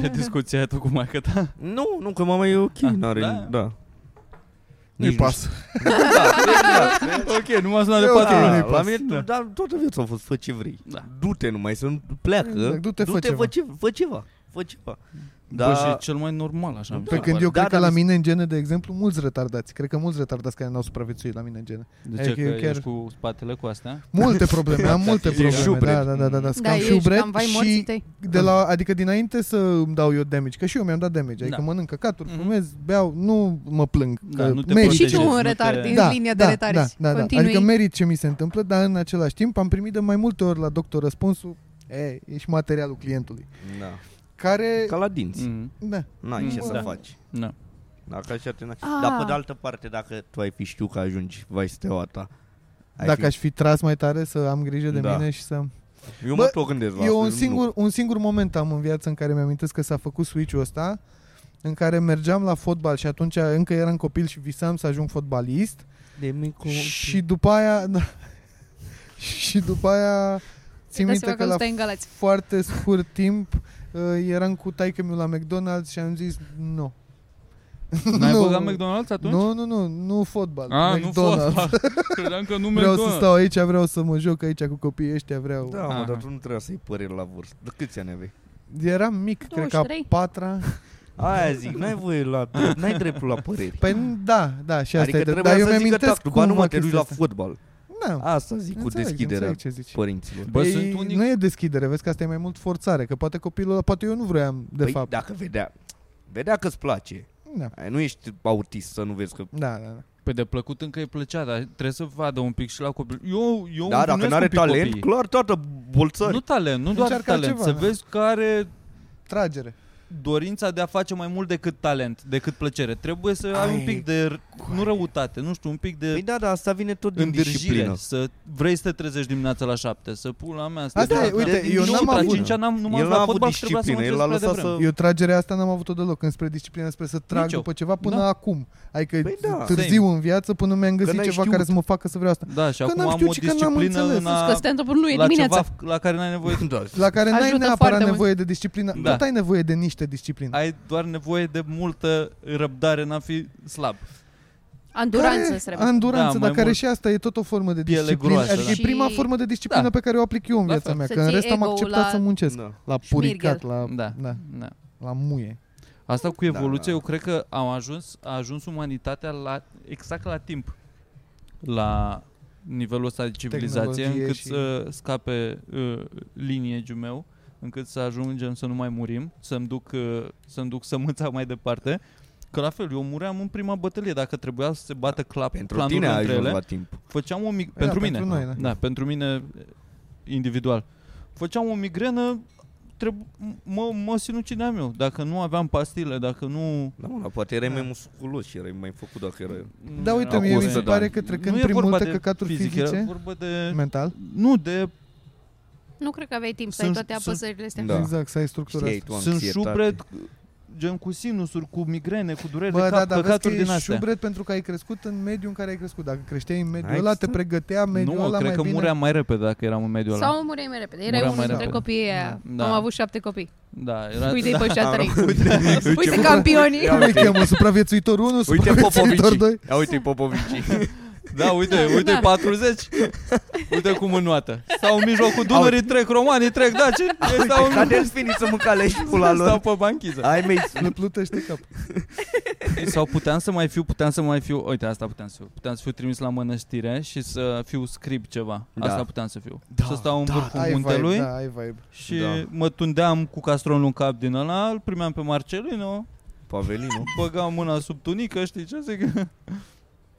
A: Ce discuție ai tu cu maică ta?
D: Nu, nu, că mama e ok,
A: Ah,
D: n-are,
A: da?
D: da. da.
B: Nu-i
D: Nici nu
B: pas.
A: ok, nu m-a sunat de
B: Eu
A: patru
B: ok.
A: luni.
B: nu-i
D: da, la
B: pas.
D: mine,
A: Da.
D: da. dar toată viața a fost, fă ce vrei.
A: Da.
D: Du-te numai, să nu pleacă.
B: Exact, du-te, fă
D: du-te
B: ceva.
D: fă, ce, fă ceva. Fă ceva.
A: Da.
D: Da,
A: Bă, și e cel mai normal așa. mi se
B: Pe Păi când
A: pare.
B: eu
D: Da,
B: cred că
D: dar
B: la
D: mi se-
B: mine în gene, de exemplu, mulți retardați. Cred că mulți retardați care n-au supraviețuit la mine în gene.
A: De
B: E
A: ce?
B: că
A: Că
B: eu chiar-
A: ești cu spatele cu astea?
B: Multe probleme, am multe
D: Ești
B: probleme.
D: șubred.
B: Da, da, da, da, da.
E: Da,
B: Scam
E: ești
B: șubret
E: cam vai morții
B: și
E: tăi.
B: de la, adică dinainte să îmi dau eu damage, că și eu mi-am dat damage, adică
A: Da.
B: mănânc căcaturi,
A: Mhm.
B: fumez, beau, nu mă plâng.
A: Da,
B: că
A: nu te
B: merit.
A: Deci,
E: Și tu
A: nu
E: un
A: te-
E: retard din
B: da,
E: linia de
B: da, da,
E: retarzi.
B: da, da.
E: Continui.
B: Adică merit ce mi se întâmplă, dar în același timp am primit de mai multe ori la doctor răspunsul, e, ești materialul clientului.
D: da.
B: Care,
D: Ca la dinți.
A: Mhm.
B: da,
D: N-ai ce
A: Mm, da.
D: să faci.
A: Da.
D: Dacă așa te
E: Ah.
D: Dar pe de altă parte, dacă tu ai fi știut că ajungi, vai steaua ta. Ai
B: dacă
D: fi...
B: aș fi tras mai tare să am grijă de
D: Da.
B: mine și să... Bă,
D: Eu mă tot gândesc la
B: Eu
D: asta,
B: un
D: nu.
B: singur, un singur moment am în viață în care mi-amintesc că s-a făcut switch-ul ăsta în care mergeam la fotbal și atunci încă eram copil și visam să ajung fotbalist
D: De micu...
B: și după aia da, și după aia țin
E: Îți dai seama
B: minte
E: că
B: că
E: nu
B: la
E: stai în Galați.
B: foarte scurt timp uh, eram cu taică meu la McDonald's și am zis nu.
A: N-ai
B: Nu.
A: băgat McDonald's atunci?
B: Nu, nu, nu, nu fotbal.
A: A, nu
B: McDonald's.
A: fotbal. Credeam că nu
B: Vreau să
A: McDonald's.
B: stau aici, vreau să mă joc aici cu copiii ăștia, vreau.
D: Da, mă,
A: Aha.
D: dar tu nu trebuia să-i păreri la vârstă. De câți ani aveai?
B: Eram mic, cred că a
E: 23.
B: patra.
D: Aia zic, n-ai voie la... N-ai dreptul la păreri.
B: Ah. Păi nu, da, da, și asta
D: adică
B: e drept.
D: trebuia
B: Dar eu
D: să
B: mi-am
D: zică
B: amintesc
D: tactul, ba
B: cum
D: nu mă
B: mă
D: te duci la fotbal.
B: Da,
D: Asta zic cu
B: înțeleg,
D: deschiderea
B: înțeleg ce zici.
D: părinților.
A: Bă,
B: Ei,
A: sunt unii-
B: Nu e deschidere, vezi că asta e mai mult forțare, că poate copilul ăla, poate eu nu vroiam, de
D: păi,
B: fapt.
D: dacă vedea, vedea că-ți place.
B: Da.
D: Ai, nu ești autist să nu vezi că...
B: Da, da, da.
A: Păi de plăcut încă e plăcea, dar trebuie să vadă un pic și la copil. Eu, eu
D: da, dacă
A: nu
D: n-are talent,
A: copiii.
D: clar, toată bolțări.
A: Nu talent, nu doar
B: Încearcă
A: talent.
B: altceva,
A: să
B: da.
A: vezi că are
B: Tragere.
A: dorința de a face mai mult decât talent, decât plăcere. Trebuie să ai
B: Ai,
A: un pic de, r- nu răutate, nu știu, un pic
D: Păi
A: de
D: da, da, asta vine tot din
A: îndârjire.
D: disciplină.
A: Să vrei să te trezești dimineața la șapte, să pula mea. să
B: Asta
A: te-
B: e, uite,
A: de-
B: eu
A: nu,
B: n-am
A: la
B: avut-
A: cincea n-am, nu m-am
D: El
A: dus la
D: n-a avut
A: fotbal și trebuia să mă
D: disciplină, el
A: trezesc
D: l-a
A: prea
D: lăsat
A: devreme.
B: Eu tragerea asta n-am avut-o deloc, înspre disciplină, spre să trag
A: Nici eu.
B: după ceva până
A: Da.
B: acum. Adică
D: Păi da.
B: târziu în viață până mi-am găsit
D: n-ai
B: ceva
D: știut.
B: care să mă facă să vreau asta.
A: Da, și
B: Că
A: acum
B: n-am
A: am
B: știut
A: o
B: și că n-am
A: disciplină
B: înțeles.
A: în
E: Spus
A: a...
E: că stand-up-ul nu e
A: la
E: dimineața.
A: ceva la care n-ai nevoie
D: Da.
B: La care n-ai
E: Ajută
B: neapărat
E: foarte mult.
B: nevoie de disciplină,
A: Da.
B: tot ai nevoie de niște disciplină.
A: ai doar nevoie de multă răbdare, n-a fi slab.
E: Anduranță
B: Care-
E: îți trebuie.
A: Da,
B: Anduranță,
A: mai
B: dar care
A: mult.
B: și asta e tot o formă de
A: Piele
B: disciplină.
A: groasă,
B: adică
E: da.
B: e prima
E: Și-
B: formă de disciplină
A: Da.
B: pe care o aplic eu în
A: La
B: viața
A: fel.
B: mea,
E: Să
B: că în
E: ții
B: rest am
E: ego-ul
B: acceptat
E: la-
B: să muncesc.
D: Da.
B: La
E: Șmirghel.
B: puricat, la,
A: Da,
B: da,
A: da.
B: la muie.
A: Asta cu
D: Da,
A: evoluția,
D: da.
A: eu cred că am ajuns, a ajuns umanitatea la, exact la timp, la nivelul ăsta de civilizație,
B: Tehnologie
A: încât
B: și-
A: să scape uh, liniegiul meu, încât să ajungem să nu mai murim, să-mi duc, uh, să-mi duc sămânța mai departe. Că la fel, eu muream în prima bătălie, dacă trebuia să se bată clap,
D: Pentru
A: planurile
D: tine a
A: între
D: ajuns
A: ele.
D: la timp.
A: făceam o mig-
B: Da,
A: pentru mine.
B: pentru noi, da.
A: da, pentru mine individual. Făceam o migrenă treb- mă, mă sinucideam eu. Dacă nu aveam pastile, dacă nu...
D: Da, mă, dar poate erai mai musculos și erai mai făcut dacă erai...
A: nu
B: Da, uite,
A: era
B: mie mi
A: voie.
B: se
D: Acuză,
B: pare
D: da.
B: că trecând
A: Nu e
B: prin
A: vorba
B: multe
A: de
B: căcaturi
A: fizic,
B: fizice,
A: Era vorba de...
B: mental,
A: Nu, de...
E: Nu cred că aveai timp să ai
A: Sunt-
E: toate
A: sunt-
E: apăsările astea.
D: Da.
B: exact, să ai structura
D: Știai
B: asta.
D: tu
A: Sunt
D: anxietate.
A: șubred, gen cu sinusuri, cu migrene, cu dureri
B: Bă,
A: de
B: da,
A: cap,
B: dar vezi că
A: căcaturi din
B: ești
A: astea.
B: șubret pentru că ai crescut în mediul în care ai crescut. Dacă creșteai în mediul
D: Ai
B: ăla, te
D: stat?
B: pregătea mediul
A: nu,
B: ăla
A: cred
B: mai
A: că
B: bine.
A: muream mai repede dacă eram în mediul ăla.
E: Sau mureai mai repede. Erai
A: Muream
E: unul
A: mai
E: dintre
A: repede.
E: copiii aia.
A: Da.
E: Am avut șapte copii.
A: Da, era...
E: Uite-i
A: da.
E: pe ăștia trei.
D: Uite,
E: Uite
D: uite,
E: campionii.
B: Cum îi cheamă? Supraviețuitor 1,
D: Uite
B: supraviețuitor 2?
D: Popovici. Ia uite Popovici.
A: Da, uite, uite, 40. Uite cum înoată. Stau în mijlocul Dunării, trec romanii, trec daci, stau,
D: Ca delfinii să mânca lești pula
A: stau
D: lor.
A: pe banchiză.
D: Ai mei,
B: Le plutește cap.
A: sau puteam să mai fiu, puteam să mai fiu, uite, asta puteam să fiu. Puteam să fiu trimis la mănăstire și să fiu scrib ceva.
D: Da.
A: Asta puteam să fiu.
D: Da,
A: să stau Ah, în
D: da,
A: vârful
B: Ai
A: muntelui
B: vibe, da, ai vibe.
A: și
D: Da.
A: mă tundeam cu castronul în cap din ăla, îl primeam pe Marcelino,
D: Pavelino.
A: băgam mâna sub tunică, știi ce zic?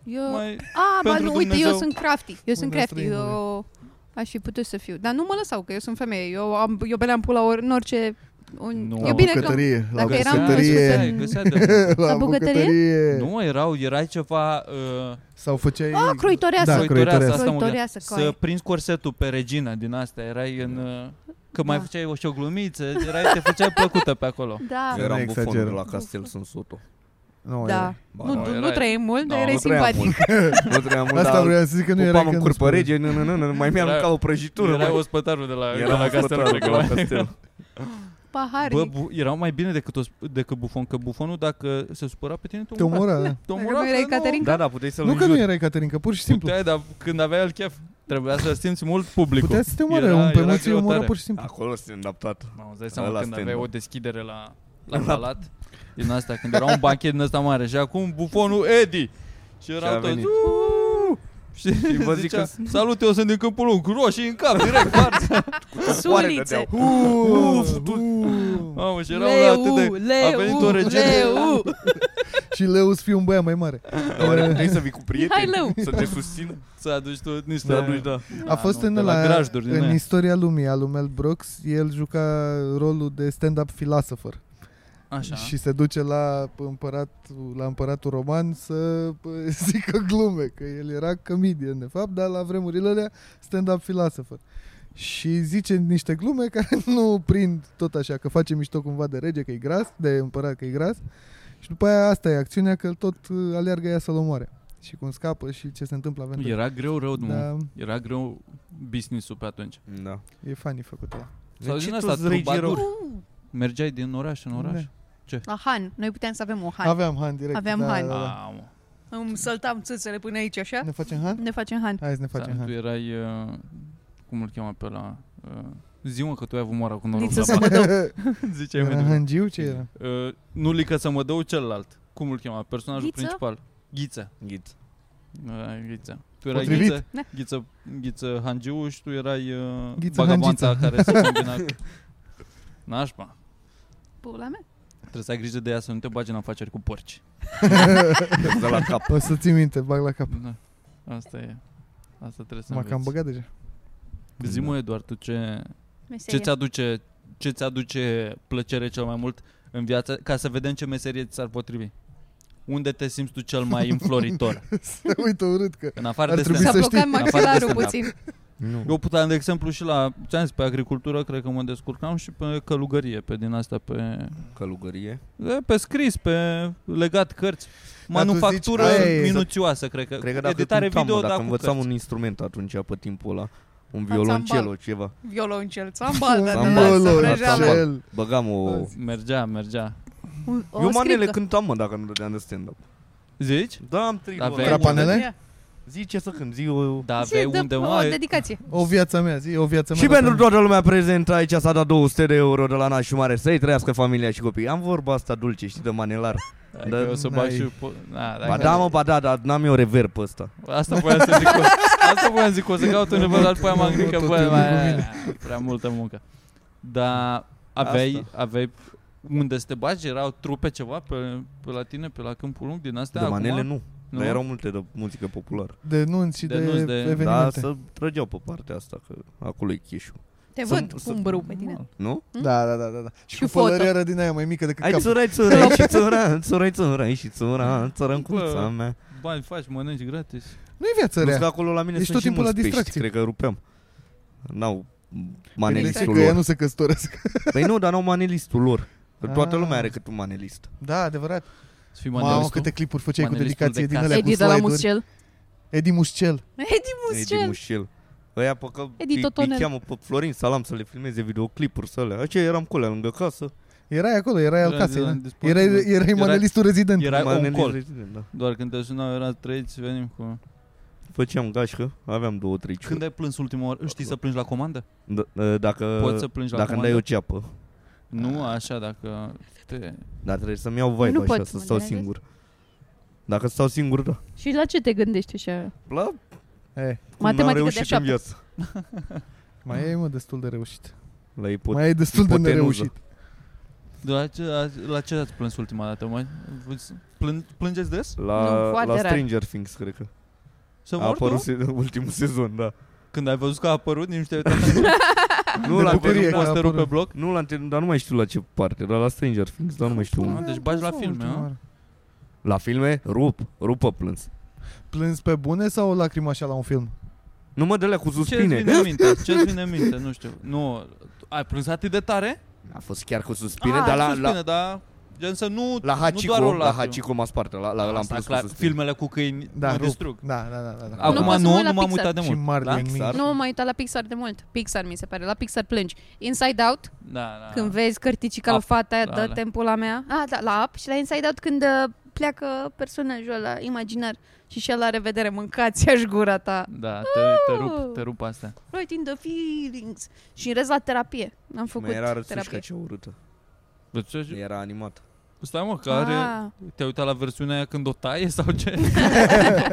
E: Eu...
A: Mai...
E: A, ba
A: Pentru
E: nu, uite, eu
A: Dumnezeu.
E: sunt crafty. Eu sunt
B: Bună
E: crafty.
B: străinule.
E: Eu aș fi putut să fiu. Dar nu mă lăsau, că eu sunt femeie. Eu, am, eu beleam pula ori, în orice... Un...
A: Nu,
E: e
A: la
E: bine că...
B: bucătărie, la
E: dacă eram născută
B: bucătărie,
E: în-
A: găsea de...
B: la
E: La bucătărie?
B: bucătărie.
A: Nu, erau, erai ceva... Uh,
B: Sau făceai...
E: A, Ah, croitoreasă.
B: Da,
A: da, croitoreasă, asta mă gândeam.
E: Croitoreasă,
A: Să
E: coaie.
A: prinzi corsetul pe regina din astea, erai în... uh, Că mai
E: Da.
A: făceai o și o glumiță, erai, te făceai plăcută pe acolo.
E: Da,
D: Eu eram
B: exagerăm.
D: bufonul de la Castel sunt Soto.
B: Nu,
E: da.
D: Ba,
E: Nu,
D: da,
E: tu- nu
A: erai-
E: trăim mult, dar
A: Da,
E: erai
D: nu trăiam
E: simpatic.
D: mult. Nu trăiam mult,
B: Asta
D: dar
B: vreau să zic că nu era
D: Popam
B: că
D: în
B: nu
D: curpă
B: spune.
D: rege, nu, nu, nu, nu, mai mi-a
A: Era-
D: aruncat o prăjitură.
A: Erai
D: mă.
A: ospătarul de la, de
D: Era
A: la castelul.
D: de la Castel.
E: Paharic.
A: Bă, bu- erau mai bine decât, os- decât bufon, că bufonul dacă se supăra pe tine, te
B: Te
A: omora.
B: omora, da.
A: Te
E: Dacă nu erai
A: că
E: Caterin,
D: Da, da, puteai să-l
B: Nu că nu
D: înjuri.
B: erai Caterin, că pur și simplu.
A: Puteai, dar când aveai el chef, trebuia să simți mult publicul.
B: Putea să te omoare,
A: Era-
B: un pe
A: era
B: mulți îi omora
A: greutare.
B: pur și simplu.
D: Acolo sunt îndaptat.
A: Mă, îți dai seama
D: Ăla
A: când aveai
D: stand-up.
A: o deschidere la, la palat din asta, când era un banchet din ăsta mare și acum bufonul Edi. Și
D: a
A: erau toți...
D: venit.
A: "Uuu!" Și, și
D: vă
A: vă
D: zic
A: zicea,
D: că-
A: salut, eu sunt din câmpul lung, cu roșii în cap, direct, marți.
E: Sulițe.
B: Uf,
A: Mamă, și erau la atât
E: Leu,
A: de... a venit
E: leu,
A: o regentă.
E: leu.
B: Și leu să fie un băiat mai mare.
D: Dar oare puteai să vii cu prieteni?
E: Hai, leu.
D: Să te susțină?
A: Să aduci tu niște...
D: Da, nu da.
B: A fost
A: nu,
B: în,
A: de la
B: ăla,
A: grajduri din
B: în
A: aia.
B: istoria lumii al lui Mel Brooks, el juca rolul de stand-up philosopher
A: Așa.
B: și se duce la împăratul, la împăratul roman să pă, zică glume, că el era comedian de fapt, dar la vremurile alea stand-up philosopher. Și zice niște glume care nu prind tot așa, că face mișto cumva de rege, că e gras, de împărat că e gras. Și după aia asta e acțiunea, că tot uh, aleargă ea să-l omoare. Și cum scapă și ce se întâmplă aventura.
A: Era greu rău, nu?
B: Da,
A: Era greu business-ul pe atunci.
D: Da.
B: e funny făcut ăla.
A: Sau
D: ce
A: din
D: toți
A: asta,
D: regii
A: trubadur.
D: erau-
A: Mergeai din oraș în oraș?
B: Da.
E: La Han. Noi puteam să avem o Han.
B: Aveam han direct.
E: Aveam
B: da,
E: han.
B: Da, da.
A: Mamă.
E: Îmi săltam țâțele până aici,
C: Ah.
E: așa?
B: Ne facem han?
E: Ne facem Han.
B: Hai să ne
A: Dar
B: facem
A: tu
B: han.
A: erai, uh, cum îl cheamă pe la... Uh, zi mă că tu ai avut moara cu noroc
E: Niță
A: la
E: să mă dau.
A: Ziceai mai
B: Era
A: devreme.
B: hangiu? Ce era?
A: uh, Nu lică să mă dău celălalt. Cum îl cheamă? Personajul
E: Ghiță?
A: principal. Ghiță.
D: Ghiț.
A: Uh, ghiță. Tu erai
B: Da, Potrivit.
A: Ghiță,
E: Da.
A: Ghiță, Ghiță Hangiu și tu erai uh,
B: Ghiță
A: vagabonța
B: Hangiță.
A: care se combina cu... Nașpa.
E: Pula mea.
A: Trebuie să ai grijă de ea să nu te bagi în afaceri cu porci.
D: De la cap.
B: O să ții minte, bag la cap.
A: Da. Asta e. Asta trebuie să
B: M-a cam
A: înveți.
B: băgat deja.
A: Zi-mă, Eduard, tu ce, Ce
E: Meserie.
A: ți aduce ce ți aduce plăcere cel mai mult în viață ca să vedem ce meserie ți s-ar potrivi? Unde te simți tu cel mai înfloritor?
B: Se uită urât că...
A: În afară
B: Ar
A: de
B: trebui
A: stand
E: S-a
B: să
E: blocat
B: știi.
E: maxilarul
A: Afară de
E: puțin.
D: Nu.
A: Eu puteam, de exemplu, și la, ți-am zis, pe agricultură, cred că mă descurcam și pe călugărie, pe din asta, pe,
D: Călugărie.
A: e, pe scris, pe legat cărți.
B: tu
A: Manufactură
B: zici, băi,
A: minuțioasă, cred că.
D: exact. Cred că dacă
A: Editare
D: cântam,
A: video,
D: mă, dacă
A: dar cu
D: învățam
A: cărți.
D: un instrument atunci pe timpul ăla, un
E: Fațam
D: violoncel,
E: bal.
D: o ceva.
E: Violoncel. Țamba, da, da,
D: Țambal.
E: da.
B: Lolo,
E: săvrăjeală.
D: Țambal.
B: cel.
D: Băgam o...
A: Mergea, mergea.
E: Un- o
D: Eu manele
E: scripcă.
D: cântam, mă, dacă nu dădeam de stand-up.
A: Zici?
D: Da, am trei
A: La
D: luni.
A: vremuri.
B: Crapanele?
E: Ia.
D: Zi ce să cânt, zi o...
A: Da,
E: Zi,
A: aveai
E: dă
A: unde,
E: O
A: mă,
E: dedicație.
B: O viața mea, zi, o viața mea.
D: Și
B: la
D: pentru
B: tine.
D: toată lumea prezentă aici s-a dat 200 de euro de la nașul mare Să-i trăiască familia și copiii Am vorba asta dulce, știi, de manelar
A: Hai
D: Da,
A: că eu o să bag
B: n-ai.
A: și... po- Na,
D: Ba
A: dacă-
D: da, mă, ba da, dar n-am eu reverb pe ăsta
A: Asta voiam să zic. Asta voiam să zic, o să caut undeva, dar după aia m-am gândit că
B: Tot
A: bă,
B: timpul cu
A: mai,
B: mine.
A: prea multă muncă. Dar aveai, aveai unde să te bagi? Erau trupe ceva pe, pe la tine, pe la câmpul lung din astea?
D: De manele
A: Da, acum?
D: nu,
A: Nu?
D: dar erau multe de muzică populară
B: De nunți și de,
A: Denunți de-
D: Dar
B: evenimente.
D: da, să trăgeau pe partea asta, că acolo e chișul
E: Te
D: Sunt-
E: văd cu
D: sunt-
E: un brâu pe tine.
D: Nu?
B: Da, da, da, da, da. Și,
E: Hm? Și
B: cu
E: foto.
B: pălăreară din aia mai mică decât
D: Ai
B: capul.
D: țărai, țărai și țărai, țărai, țărai și țărai, țărai cu
A: Bă.
D: mea
A: Bani faci, mănânci gratis.
B: Nu e viața
D: Nu că
B: rea.
D: acolo la mine
B: Ești
D: sunt
B: tot
D: și
B: timpul la
D: mulți pești,
B: distracție.
D: cred că rupeam N-au
B: Gândește
D: manelistul
B: Păi că ea
D: lor
B: nu se căsătoresc.
D: Păi nu, dar n-au manelistul lor Că Toată
B: Ah.
D: lumea are cât un manelist
B: Da, adevărat.
A: Să fii
B: Mamă,
A: manelistul?
B: câte clipuri făceai cu
A: Manelistul
B: dedicație
A: de
B: din
A: casă.
B: alea cu
E: Edi de la
B: slide-uri.
E: Muscel.
B: Edi Muscel.
E: Edi
D: Edi
E: Muscel.
D: Mușel. Ăia pe că
E: Edi
D: îi, îi
E: Totonel.
D: cheamă pe Florin Salam să le filmeze videoclipuri să le. Aceea eram cu alea lângă casă.
B: Erai acolo, erai al
A: Era
B: casei.
A: de-
B: da?
A: de- de-
B: Erai,
A: de-
B: erai
A: era-
B: manelistul rezident.
A: Erai
D: Mă
A: on
D: gândesc
A: call.
D: rezident, Da.
A: Doar când te sunau, era trăiți, venim cu...
D: Făceam gașcă, aveam două, trei
A: Când ai plâns ultima oară? Știi să plângi la comandă?
D: D- uh, Dacă,
A: Poți să plângi la
D: dacă îmi dai
A: comandă?
D: o ceapă.
A: Nu așa, dacă te...
D: Dar trebuie să-mi iau vibe
E: Nu
D: așa,
E: pot,
D: să
E: mă
D: stau
E: gândesc.
D: singur. Dacă stau singur, da.
E: Și la ce te gândești așa?
D: La
B: E,
D: cum n-am
E: Matematică de
D: reușit
E: șapte.
D: în viață.
A: Mm.
B: mai e, mă, destul de reușit.
D: La ipot...
B: mai e destul de
D: ipotenuză.
B: nereușit.
A: De La ce, la, la ce ați plâns ultima dată? Mai, vă- plân, plângeți des?
D: La,
E: Nu, foarte
D: la
E: rar.
D: Stranger Things, cred că.
A: Să
D: A
A: mor
D: apărut
A: tu?
D: se- ultimul sezon, da.
A: Când ai văzut că a apărut, nici te
D: nu, la
B: bucurie
D: antenul,
B: că a
D: da.
A: posterul pe
B: apărut.
A: bloc?
D: nu la antenul, dar nu mai știu la ce parte. Dar la Stranger Things, dar nu mai știu.
A: Ah,
D: unde.
A: deci bagi la
B: Sau
A: filme,
B: ultima
A: a?
B: oară.
D: La filme, rup. Rup pe plâns.
B: Plâns pe bune sau lacrima așa la un film?
D: Nu mă, de cu
A: Ce-ți
D: suspine.
A: vine în minte? Ce-ți vine în minte? Nu știu. Nu, ai plâns atât de tare?
D: A fost chiar cu suspine,
A: Ah,
D: dar la,
A: suspine,
D: la,
A: dar... Gen să nu...
D: la Hachiko,
A: doar o
D: la
A: lacrimi.
D: Hachiko m-a spart, la, la, la am
A: Asta
D: plâns cu
A: clar,
D: suspine.
A: filmele cu câini
B: Da,
A: mă
B: rup.
A: distrug.
B: Da, da, da. da, da.
A: Acum
E: Nu
A: nu,
E: poți să mă
A: nu,
E: uit la
A: m-am
E: Pixar.
A: uitat de
B: și
A: mult.
B: mari
A: da?
B: din mine.
D: Pixar.
E: Nu m-am uitat la Pixar de mult. Pixar mi se pare. La Pixar plângi. Inside Out,
A: Da, da.
E: când vezi cărticica
A: Up,
E: lui fata aia,
A: la
E: dă
A: alea.
E: timpul la mea. Ah, da, la Up și la Inside Out când uh, pleacă personajul ăla imaginar și și la revedere, mâncați aș gura ta.
A: Da, te, te rup, te rup astea.
E: Right in the feelings. Și în rest la terapie. Am făcut
D: Mai era răsușca
E: terapie.
D: cea urâtă.
A: Deci, ce-
D: Era animată.
A: Stai mă, că are...
E: Ah,
A: Te-ai uitat la versiunea aia când o taie sau ce?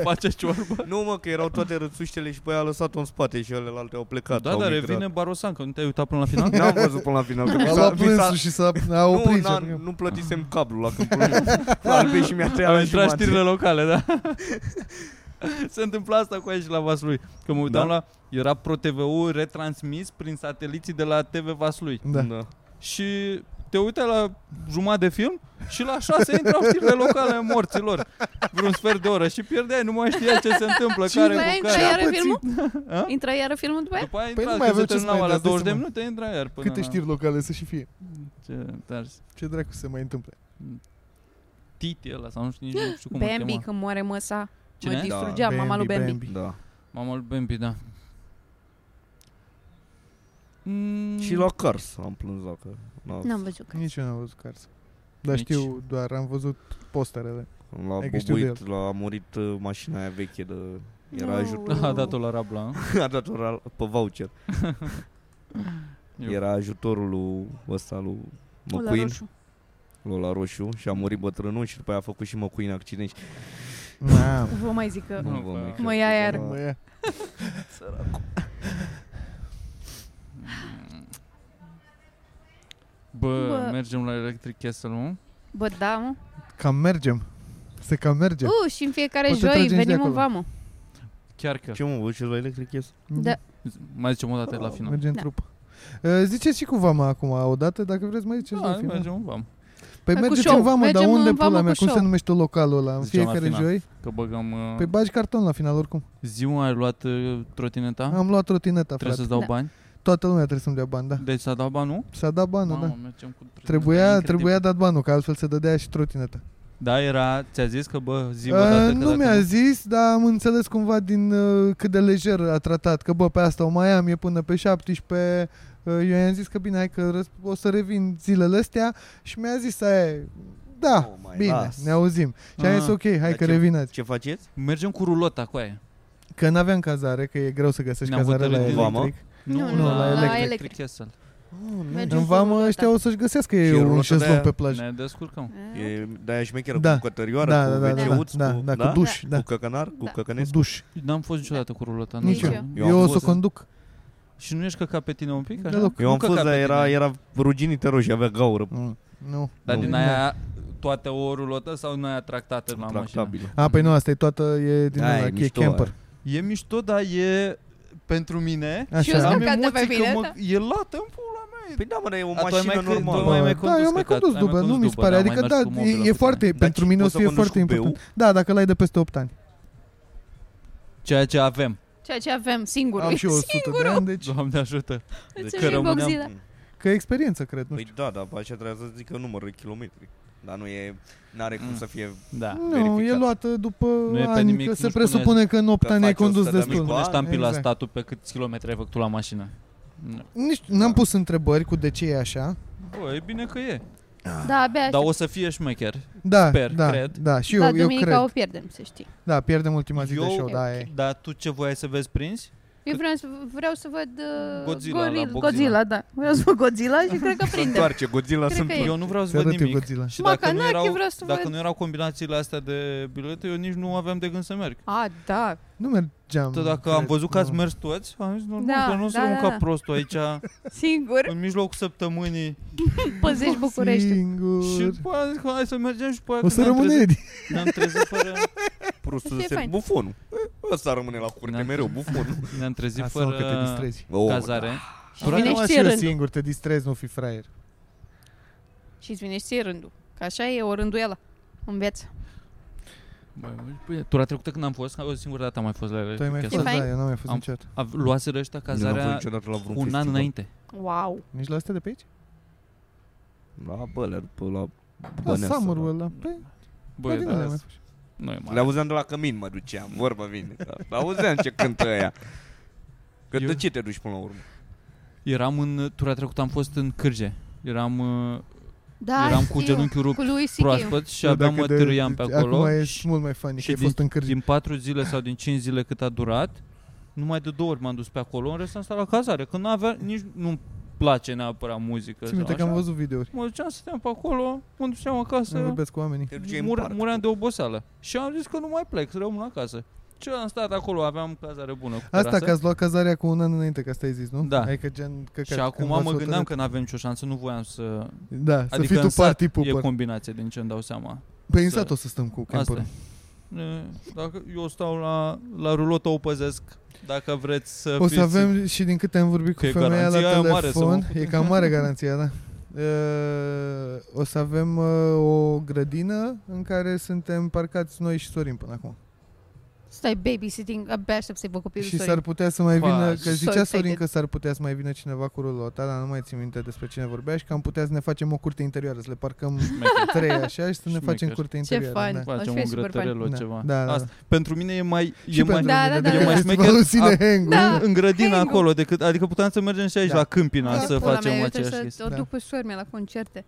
A: Face ciorbă?
D: Nu mă, că erau toate rățuștele și pe aia a lăsat-o în spate și alelalte au plecat.
A: Da,
D: au
A: dar
D: migrat.
A: revine Barosan, că nu te-ai uitat până la final?
D: N-am văzut până la final. că mi
B: A
D: s-a-
B: luat
D: mi s-a-
B: plânsul și s-a a
D: nu,
B: oprit.
D: n-a-
B: gen,
D: nu plătisem cablul la câmpul și mi-a tăiat
A: Au
D: la
A: intrat
D: jumate.
A: știrile locale, da. Se întâmpla asta cu aia și la Vaslui. Că mă uitam
D: Da?
A: la... Era ProTV-ul retransmis prin sateliții de la TV Vaslui.
B: Da.
D: Da.
A: Și te uitai la jumătate de film și la șase intrau știrile locale ale morților. Vreun sfert de oră și pierdeai, nu mai știa ce se întâmplă,
E: Și
A: care
E: mai
A: cu
E: intra
A: care.
E: iară
B: Ce-a
E: filmul?
A: A?
E: Intră iară filmul după aia?
A: După aia
B: Păi
A: intra,
B: nu
A: păi
B: mai
A: când se
B: aveau ce să
A: terminau
B: mai
A: la
B: dea,
A: 20 de
B: să mă-
A: minute, intra iar. Până
B: Câte
A: la-
B: știri locale să și fie?
A: Ce tars.
B: Ce dracu se mai întâmple?
A: Titi ăla sau nu știu nici nu știu cum îl
E: Bambi,
A: chema.
E: când moare măsa. Mă
A: Cine?
E: distrugea
B: Da,
E: mama lui
B: Bambi,
E: Bambi.
D: Da.
A: Mama lui Bambi, da. Mm,
D: Și la Cars am plâns dacă... n-a-
E: N-am văzut că.
B: Nici eu n-am văzut Cars. Dar
A: Nici.
B: știu doar, am văzut posterele.
D: La
B: Hai că știu
D: bubuit, la a murit uh, mașina aia veche de... Era
E: No.
D: ajut...
A: A dat-o la Rabla.
D: A dat oral pe voucher.
A: Eu.
D: Era ajutorul lui ăsta lui
E: Ăla
D: McQueen,
E: roșu.
D: Lola Roșu și a murit bătrânul și după aia a făcut și McQueen accident. și-
B: Da.
E: Vă mai zic că...
A: Nu,
D: Nu vă
A: că-
D: mai
E: Mă ia
D: cred.
E: iar.
B: Mă, ia.
A: Bă,
E: Bă.
A: mergem la Electric Castle, nu?
E: Bă, da, mă.
B: Cam mergem. Se cam merge.
E: Uh, și în fiecare
B: Poate
E: joi
B: tragem și de
E: venim în
B: acolo.
E: vamă.
A: Chiar că.
D: Ce mă, vă duceți la electric yes?
E: Da.
A: Mai zicem o dată la final.
B: Mergem
E: Da.
B: trup. Uh, Ziceți și cu vama acum, odată, dacă vreți mai ziceți la
A: Da,
B: final.
A: mergem în vam.
B: Păi
E: Cu
B: mergeți
E: show.
B: în vamă, dar
E: Mergem
B: unde
E: în vamă
B: pula mea?
E: cu
B: Cum se
E: show.
B: numește localul ăla? În
A: Ziceam la
B: fiecare
A: final.
B: joi?
A: Că băgăm... uh,
B: Păi bagi carton la final oricum.
A: Ziua ai luat uh, trotineta?
B: Am luat trotineta,
A: Trebuie
B: frate.
A: să-ți dau
E: Da.
A: bani?
B: Toată lumea trebuie să-mi dea bani, da.
A: Deci s-a dat bani, nu?
B: S-a dat banul,
A: Mamă,
B: da.
A: mergem cu trotineta,
B: Trebuia,
A: incredibil.
B: trebuia dat banul, că altfel se dădea și trotineta.
A: Da, era... Ți-a zis că, bă, zi o dată
B: Uh,
A: că
B: nu
A: dacă
B: mi-a zis, dar am înțeles cumva din uh, cât de lejer a tratat, că bă, pe asta o mai am, e până pe 17, uh, eu i-am zis că bine, hai că răs- o să revin zilele astea și mi-a zis, aia, e, da,
D: Oh, mai
B: bine,
D: las.
B: ne auzim. Și am
A: Ah,
B: zis, ok, hai
D: dar
B: că
D: ce-
B: revin azi.
D: Ce faceți?
A: Mergem cu rulota cu aia.
B: Că n-aveam cazare, că e greu să găsești
A: Ne-am
B: cazare la
A: hotărât
B: electric.
A: din
E: Nu,
B: nu, la electric.
A: electric Castle.
E: Mergem
B: În
E: cu
B: vamă
E: ruleta.
B: ăștia o să-și găsească ei
D: Și
B: un
D: rulota de-aia-
B: șezlong pe plajă.
A: Ne descurcăm.
D: E de-aia șmecheră
B: Da.
D: cu cătărioară,
B: Da,
D: cu
B: da, da, da,
D: wc
B: da,
D: cu,
B: da, cu duș, da.
D: cu căcănar, cu
E: Da.
B: Cu
D: căcănesc.
B: duș.
A: N-am fost niciodată cu rulota. nu
B: Nici
A: știu.
E: eu.
B: Eu, eu o să
D: fost-
B: conduc.
A: Și nu ești că ca pe tine un pic? Așa?
B: Deloc.
D: Eu am
A: că
D: fost,
A: ca
D: dar
A: pe
D: era,
B: da.
A: tine.
D: era ruginit roșu, avea gaură
B: Mm, Nu.
A: Dar
B: nu.
A: din aia toate o rulotă sau nu aia tractată la mașină?
D: tractabilă.
B: A, păi nu, asta e toată, e din
D: Da,
B: ăla,
D: e
B: e
D: mișto,
B: camper.
A: E mișto, dar e pentru mine.
E: Și eu
B: Așa.
E: sunt
A: Am
E: căcată
A: emoții
E: pe
A: că
E: mine,
A: mă,
E: da.
A: e lată în pula mea.
D: Păi da, mă, dar e o
A: A, tu ai
D: mașină
A: mai cre-
D: normală. Păi
A: tu ai mai
B: Da,
A: condus,
B: eu mai
A: cred că
B: condus
A: ai mai
B: dubă, nu
A: condus
B: mi se
A: dubă,
B: pare.
A: da,
B: Adică,
A: mai mers
B: da,
A: cu
B: e,
A: mobilul
B: e
A: cu
B: foarte,
A: tine.
D: Dar
B: pentru
D: ce,
B: mine o
D: poți
B: să
D: să
B: fie
D: conduci
B: foarte
D: cu BU?
B: important. Da, dacă l-ai de peste 8 ani.
A: Ceea ce avem.
E: Ceea ce avem singur.
B: Am și eu 100 de ani, deci...
A: Doamne ajută.
C: Deci
E: Îți
A: că
E: ieși
A: rămâneam-
E: boxila.
B: Că e experiență, cred, nu
D: Păi
B: știu.
D: da, dar pe așa trebuia să zică numărul de kilometri. Dar nu e, n-are cum
A: Mm.
D: să fie...
A: Da.
B: Nu, e
D: verificat.
B: luată după
A: Nu e pe
B: ani,
A: nimic,
B: că
A: nu
B: se
A: spune
B: presupune că în 8
D: că
B: ani ai
D: faci 100
B: condus
D: de
A: Nu
B: destul.
D: mii.
A: pune
D: Ba,
A: ștampil la
B: exact.
A: statul pe câți kilometri ai făcut tu la mașină. Nu.
B: Nici n-am pus întrebări cu de ce e așa.
A: Bă, e bine că e.
E: Da, abia
A: Dar
E: aștept.
A: o să fie șmecher.
B: Da,
A: Sper,
B: da,
A: cred.
B: da, și
E: Da,
B: eu, eu
E: duminica o
B: cred.
E: pierdem, să știi.
B: Da, pierdem ultima zi de
A: Eu-
B: show, da, e.
A: Dar tu ce voiai să vezi prins?
C: Eu vreau să, vreau să văd uh,
A: Godzilla la
C: goril,
A: boxing.
C: Godzilla, da. Vreau să văd Godzilla și cred că
D: Se
C: prinde.
D: întoarce, Godzilla
C: Cred
D: sunt
C: că e.
A: Eu nu vreau să
B: Te
A: văd
B: arăt eu
A: nimic.
B: Godzilla.
A: Și dacă nu,
C: Macanache
A: erau,
C: vreau să
A: dacă
C: văd.
A: nu erau combinațiile astea de bilete, eu nici nu aveam de gând să merg.
F: A, da.
B: Nu mergeam.
A: Tot dacă
B: cred,
A: am văzut că ați
B: nu.
A: mers toți, am zis, nu,
C: Da,
A: da, nu o să
C: da,
A: da,
C: da,
A: ca
C: da.
A: prostul aici,
C: Singur,
A: în mijlocul săptămânii.
B: Păi,
C: păzești Deci București.
A: Și
B: Singur.
A: după aia am zis că hai să mergem și după aia
B: O
A: când
B: să
A: ne-am
B: rămâne
A: trezit,
B: Edi.
A: ne-am trezit fără,
D: prostul
C: Asta e
D: să se
C: fain.
D: bufonul. E, Ăsta rămâne la curte
A: Da.
D: mereu, bufonul.
A: ne-am trezit
B: Asta că te
A: fără
B: distrezi.
D: Oh,
A: cazare.
C: Și îți vine
B: Rămas
C: și
B: și
C: ție
B: eu
C: rândul.
B: singur, te distrezi, nu fi fraier.
C: Și îți vine și ție rândul. Că așa e o rânduială în viață.
A: Băi, băi, tura trecută când am fost, o singură dată am mai fost la ele.
B: Tu ai mai
A: Chiar
B: fost,
C: E fain?
B: da, eu n-am mai fost
A: Am-
B: niciodată.
A: A, luaseră ăștia
D: Nu am
A: cazarea
D: fost niciodată la vreun
A: cu un an
D: festival.
A: înainte.
C: Wow.
B: Nici la astea de pe aici?
D: La băler, pe la
A: Da,
B: La
D: Băneasa,
B: Da,
D: da.
B: summer-ul
D: la-
B: ăla. Păi, la
A: Băi,
B: din
A: da,
B: alea mai fost.
A: nu e mare.
D: Le auzeam de la cămin, mă duceam, vorba vine. Da. Auzeam ce cântă ăia. Că
A: Eu-
D: de ce te duci până la urmă?
A: Eram în, tura trecută am fost în Cârje. Eram, uh,
C: Da,
A: eram
C: știu.
A: cu genunchiul rupt
C: Cu lui C.K.
A: proaspăt și abia
B: Dacă
A: mă
B: de-
A: târâiam pe acolo.
B: Acum ești mult mai funny
A: și
B: că ai
A: din-
B: fost în cârzi.
A: Din patru zile sau din cinci zile cât a durat, numai de două ori m-am dus pe acolo, în rest am stat la cazare, că nu avea, nici nu-mi place neapărat muzică.
B: Ți
A: sau
B: minte că am
A: așa.
B: văzut videouri.
A: Mă duceam, stăteam pe acolo, mă duceam
B: Să
A: acasă,
B: vorbesc cu oamenii.
D: Te duceai în
A: mur,
D: parc.
A: muream de oboseală. Și am zis că nu mai plec, să rămân acasă. Și am stat acolo, aveam cazare bună cu
B: Asta
A: terasă.
B: că ați luat cazarea cu un an înainte, că asta ai zis, nu?
A: Da.
B: Adică gen... Că,
A: Și acum mă gândeam că n-avem nicio șansă, nu voiam să...
B: Da, să
A: adică
B: fii
A: în
B: tu
A: sat
B: party
A: E
B: pooper.
A: combinație din ce îmi dau seama.
B: Păi în
A: să-
B: sat o să stăm cu
A: Asta
B: camperul.
A: e. E, Dacă eu stau la, la rulotă, o păzesc. Dacă vreți să
B: O să
A: fiți...
B: avem și din câte am vorbit cu
A: Că e
B: femeia la
A: garanția aia mare, să mă
B: telefon,
A: fut
B: e
A: în
B: cam mare garanția, da. Uh, o să avem uh, o grădină în care suntem parcați noi și Sorin până acum.
C: Stai babysitting, abia aștept să-i văd copilul
B: și
C: Sorin.
B: s-ar putea să mai
A: Pa,
B: vină, că
C: so
B: zicea
C: excited.
B: Sorin că s-ar putea să mai vină cineva cu rulota, dar nu mai țin minte despre cine vorbea și că am putea să ne facem o curte interioară, să le parcăm
A: Șmecher.
B: trei așa și să ne
A: Șmecher.
B: facem curte interioară.
C: fain.
B: Da.
A: Facem
C: Ar fi
A: un
C: super
A: grătărel
B: Da,
A: o ceva.
B: Da, da.
A: Asta, pentru mine e mai...
B: Și
A: e mai
B: pentru
C: Da,
B: mine, de
C: da, da.
B: că
C: E mai
B: festivalul
A: șmecher.
B: ține hang
C: Da.
A: În grădina
C: Hang-ul.
A: acolo, decât, adică puteam să mergem și aici
B: Da.
A: la Câmpina
B: Da,
A: să
C: Pula
A: facem
C: mea, eu
A: aceeași
C: trebuie
A: chestie.
C: să
B: Da.
C: o duc cu sormea la concerte.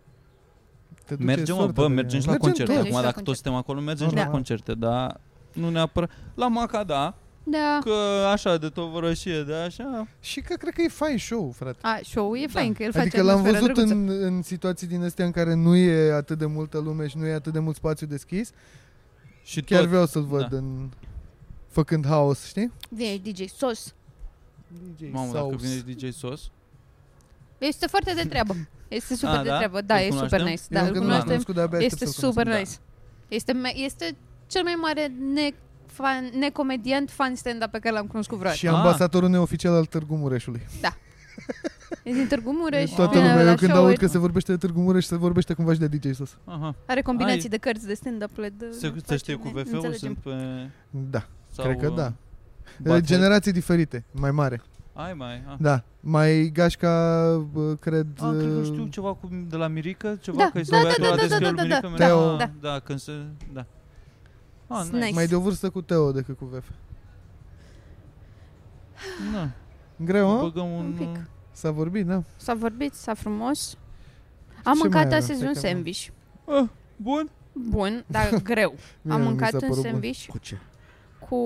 B: Te duce
A: Mergem, mă,
B: sorta
A: bă,
B: de-
A: mergem și la concerte.
C: toți.
A: Acum,
C: Mergem și la
A: dacă toți
C: concerte.
A: suntem acolo, mergem și
B: Da.
A: la concerte, dar nu neapărat. La Maca, da,
C: Da.
A: că așa, de tovărășie, de așa.
B: Și că cred că e fain show, frate.
C: A, show-ul e
A: Da.
C: fain, că el face
B: Adică l-am
C: atmosfera
B: văzut
C: drăguță.
B: în, în situații din astea în care nu e atât de multă lume și nu e atât de mult spațiu deschis.
A: Și
B: Chiar
A: tot,
B: vreau să-l văd
A: da.
B: în... Făcând haos, știi?
C: Vine DJ Sos.
B: DJ
A: mamă, dacă vine DJ Sos,
C: Este foarte de treabă. Este super
A: A,
C: de
A: da?
C: treabă. Da,
A: Îl
C: e super
A: cunoaștem?
C: nice.
B: Eu
C: Da, îl
B: încă nu l-am
C: cunoaștem.
B: cunoscut, de-abia aștept
C: Este
B: să-l cunosc.
C: super
A: Da.
C: nice. Este, me- este cel mai mare ne, fan, necomediant fan stand-up pe care l-am cunoscut vreodată.
B: Și
A: Ah.
B: ambasadorul neoficial al Târgu Mureșului.
C: E din Târgu Mureș.
B: Toată
C: vine
B: lumea,
C: la
B: eu când
C: show-uri,
B: aud că se vorbește de Târgu Mureș, se vorbește cumva și de DJ Sos.
A: aha,
C: Are combinații
A: Ai-
C: de cărți de stand-up. le dă-
A: se,
C: ne
A: se
C: face-
A: știe cu
C: ne- ne
A: VF-ul,
C: înțelegem.
A: sunt pe...
B: Da,
A: Sau,
B: cred că
A: uh,
B: da.
A: Butthole.
B: Generații diferite, mai mare.
A: Ai mai, ah.
B: Da, mai gașca, bă, cred...
A: Ah, cred că
B: uh,
A: știu ceva cu, de la Mirica, ceva
C: Da,
A: că este
C: da,
A: băiatul
C: da,
A: ăla
C: da,
A: de
C: da,
A: scări
C: da,
A: Mirica,
C: da.
A: Mirica,
B: Teo.
A: da, da, când se, da. Ah, nice.
C: Nice.
B: Mai de vârstă cu Teo decât cu VF.
A: Na,
B: Greu, mă?
A: băgăm un,
C: Un
A: un
C: pic.
B: S-a vorbit, da.
C: S-a vorbit, s-a frumos. Am
B: Ce
C: mâncat
B: mai
C: astăzi
B: avem?
C: un
B: Hai că am-
C: sandwich.
A: Bun.
C: Bun, dar greu. Am
B: mi
C: mâncat
B: s-a
C: un
B: părut bun.
C: sandwich
D: Cu ce?
C: cu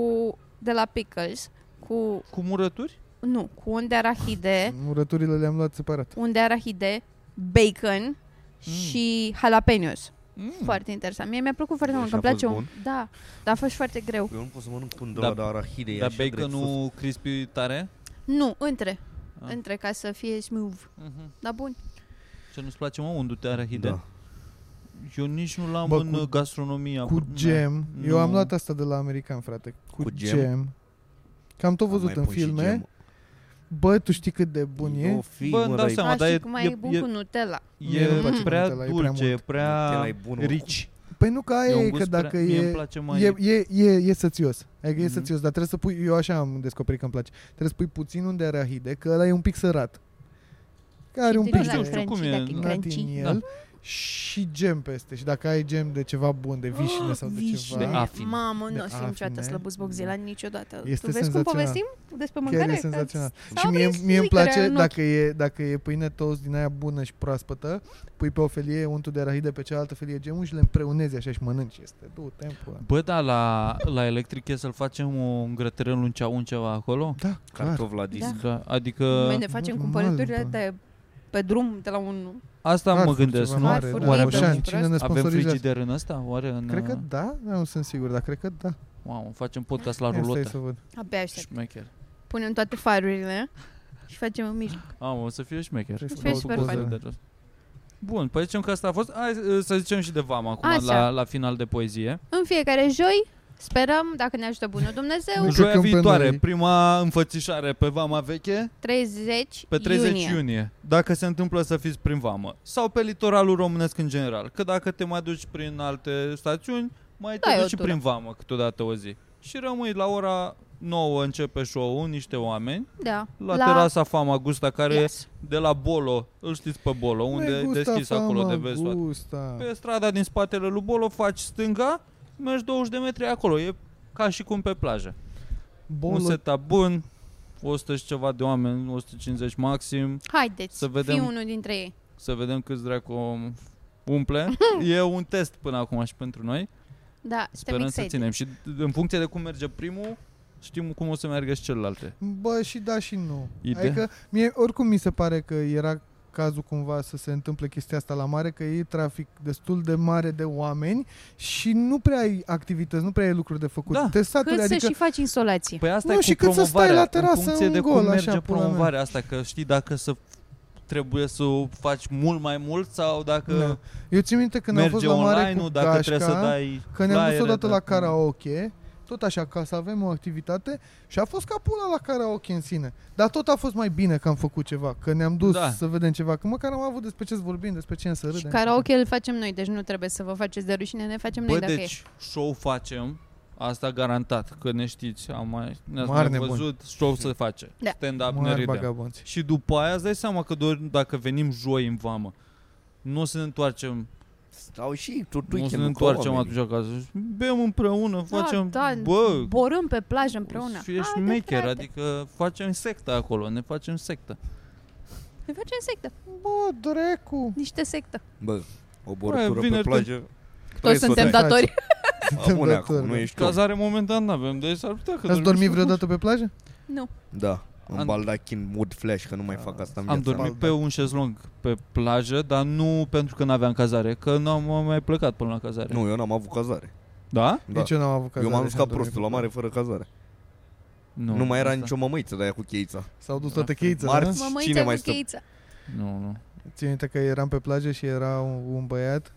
C: de la Pickles cu
A: Cu murături?
C: nu, cu unde
B: Ah,
C: arahide,
B: Murăturile le-am luat separat.
C: unde arahide, bacon și jalapenos.
A: Mm.
C: Foarte interesant. Mie mi-a plăcut foarte
D: Bă,
C: mult, că
D: și
C: îmi
D: a fost
C: place un...
D: bun?
C: Da, dar a fost foarte greu.
D: Eu nu pot să mănânc pândă
A: Da-
D: la de arahide. e
A: Dar
D: așa drept sus.
A: baconul crispy tare?
C: Nu, între.
A: Ah.
C: Între ca să fie smooth.
A: Mhm.
C: Da, bun.
A: Ce nu-ți place, mă, undute arahide?
D: Da.
A: Eu nici nu l-am
B: Bă,
A: în
B: cu-
A: uh, gastronomia.
B: Cu
A: Nu.
B: gem. Eu am
A: Nu.
B: luat asta de la american, frate. Cu,
D: Cu
B: gem.
D: gem?
B: Că am tot
D: Am
B: văzut
D: mai
B: în
D: pus și
B: filme.
D: gemul.
B: Bă, tu știi cât de bun e?
D: O fi,
A: Bă,
D: Da, mă,
A: îmi dau
D: dar e-
A: seama,
C: A,
A: dar
C: și
A: e,
C: cum mai e
A: e,
C: bun cu
A: e,
C: Nutella.
A: e,
B: Mie nu-mi
C: place
A: prea
B: Nutella, e prea
A: dulce, e
B: mult.
A: prea,
D: Nutella e bună, mă.
A: rich.
B: Păi nu că aia
A: un
B: e,
A: gust
B: că dacă
A: prea, mie
B: e...
A: îmi place mai...
B: E, e, e, e sățios. Adică e
A: Mhm.
B: sățios, dar trebuie să pui, eu așa am descoperit că îmi place, trebuie să pui puțin unde are ahide, că ăla e un pic sărat. Că are
C: Și
B: un
C: din
B: pic
C: ăla
A: știu,
B: de
A: știu cum
C: crunchy,
A: e,
C: dacă e
A: da.
B: nut
C: crunchy.
B: în el.
A: Da.
B: și gem peste. Și dacă ai gem de ceva bun,
A: Ah,
B: de vișine sau de
A: De
B: ceva...
A: a-
B: De
A: afin.
E: Mamă,
B: Oh, De
E: nu o să fiu niciodată
B: afine. Da.
E: slăbuți boxelan niciodată.
B: Este
E: tu vezi cum
B: senzațional.
E: povestim despre
B: Chiar
E: mâncare?
B: e senzațional.
E: Sau
B: Și mie,
E: vrei
B: mie îmi
E: slicărea
B: place
E: în
B: dacă e, dacă e pâine toast din aia bună și proaspătă, pui pe o felie untul de arahidă pe cealaltă felie gemul și le împreunezi așa și mănânci. Este du tempul.
A: Bă, da, la, la electric e să-l facem o îngrătări în lunceau un ceva acolo?
B: Da, clar.
D: Cartof la dis.
E: Da.
A: Da,
E: ochi?
A: adică
E: Noi ne facem
B: normal,
E: cumpărăturile
B: bă.
E: de pe drum de la un...
A: asta
B: Hartford
A: Da, mă gândesc,
B: Da, ceva
A: nu?
B: Mare,
E: Hartford,
B: da.
A: Oare
E: Lidl,
A: avem,
B: Oșan,
E: prost.
B: cine ne
A: avem
B: sponsorizează?
A: frigider în asta? Oare în...
B: Cred că
A: uh,
B: da, dar nu sunt sigur, dar cred că da.
A: Wow, facem podcast la
B: Ia stai să
A: rulotă.
B: văd.
E: Abia aștept.
A: Șmecher.
E: Punem toate farurile și facem în mijloc.
A: Am, o să fie șmecher.
B: Trebuie să
E: fie
B: caut
E: super
B: pozele.
A: De jos. Bun, păi zicem că asta a fost. Hai uh, să zicem și de vama acum,
E: Așa.
A: la, la final de poezie.
E: În fiecare joi, sperăm, dacă ne ajută bunul Dumnezeu,
B: Nu
A: Joia
B: jucăm pe
A: viitoare,
B: noi.
A: prima înfățișare pe vama veche,
E: 30
A: pe 30
E: iunie.
A: iunie. iunie, dacă se întâmplă să fiți prin vamă. Sau pe litoralul românesc în general, că dacă te mai duci prin alte stațiuni, mai te
E: Dai o
A: duci și
E: tură.
A: prin vamă câteodată o zi. Și rămâi la ora 9 începe show-ul, niște oameni,
E: Da.
A: la, la terasa Fama Gusta, care yes.
E: Yes.
A: de la Bolo, îl știți pe Bolo, unde
B: Mai
A: e
B: gusta,
A: deschis acolo
B: fama,
A: de vezi toate.
B: gusta.
A: Pe strada din spatele lui Bolo faci stânga, mergi 20 de metri acolo. E ca și cum pe plajă. Bolo. Un
B: Bolo
A: setup bun, 100 și ceva de oameni, 150 maxim.
E: Haideți, să
A: Să vedem.
E: vedem. fii unul dintre ei.
A: Să vedem câți dracu umple. e un test până acum și pentru noi.
E: Da, suntem
A: Sperăm să
E: excited.
A: ținem. Și în funcție de cum merge primul, știm cum o să meargă și celelalte.
E: Păi
B: Bă, și da și nu.
A: Ideea?
B: Adică, mie, oricum mi se pare că era cazul cumva să se întâmple chestia asta la mare, că e trafic destul de mare de oameni și nu prea ai activități, nu prea ai lucruri de făcut.
A: Da.
B: Te
E: Cât
B: saturi,
E: să
B: adică
E: și faci insolație.
A: Păi asta
B: Nu,
A: e cu
B: și cât să stai
A: promovarea.
B: la terasă
A: în funcție
B: în
A: de cum
B: gol,
A: merge
B: așa, pula mea.
A: promovarea asta, că știi dacă să trebuie să o faci mult mai mult sau dacă
B: Da. eu țin minte când am
A: merge
B: fost la mare
A: online-ul,
B: cu
A: dacă
B: Gașca,
A: trebuie să dai
B: că ne-am dus
A: flaiere,
B: odată la
A: dacă-
B: karaoke, tot așa, ca să avem o activitate și a fost ca pula la karaoke în sine. Dar tot a fost mai bine că am făcut ceva, că ne-am dus
A: Da.
B: da. să vedem ceva, că măcar am avut despre ce să vorbim, despre ce să
E: Și
B: râdem.
E: karaoke îl facem noi, deci nu trebuie să vă faceți de rușine, ne facem
A: Bă,
E: noi dacă e.
A: deci show facem, asta garantat, că ne știți, am mai, ne-ați
B: Mari
A: mai
B: nebuni.
A: văzut, show se face,
E: Da.
A: stand-up ne
B: Mari
A: râdem.
B: vagabonți.
A: Și după aia îți dai seama că doar dacă venim joi în vamă, nu o să ne întoarcem,
D: Stau și tot
A: nu o să ne
D: weekendul ca
A: întoarcem
D: Păi oamenii.
A: atunci acasă. Bem împreună, facem,
E: da,
A: bă,
E: borâm pe plajă împreună.
A: Fie
E: Haide,
A: șmecher,
E: frate.
A: adică facem sectă acolo, ne facem sectă.
E: Ne facem sectă,
B: Bă, drecu!
E: niște sectă.
A: Păi,
D: Bă, o bortură
A: vineri
D: pe
A: te-
D: plajă.
E: Toți suntem
B: faci.
E: datori.
D: Amune acum,
B: datori,
D: nu
B: da.
D: ești om.
A: Cazare momentan nu avem, deci s-ar putea că...
B: Ați
A: dormim
B: dormit
A: și
B: vreodată pe plajă?
E: Nu.
D: Da, în
A: Am-
D: baldachin mood flash, că nu mai fac asta în
A: Am
D: viața
A: dormit
B: Baldă.
A: pe un șezlong pe plajă, dar nu pentru că n-aveam cazare, că nu am mai plecat până la cazare.
D: mea. Nu, eu n-am avut cazare.
A: Da?
D: Da.
B: Nici eu n-am avut
D: Eu
B: cazare.
D: m-am dus
B: și
D: ca
B: am dormit
D: prostul
B: pe
D: la mare
B: plajă.
D: fără cazare. Nu, mai era nicio mămăiță de aia cu cheița.
B: S-au dus toate
A: Da.
B: cheița, da?
D: Marți. Cine
E: Mămăița
D: mai
E: cu
D: stă?
E: cheița.
A: Nu, nu.
B: Țin minte că eram pe plajă și era un, un băiat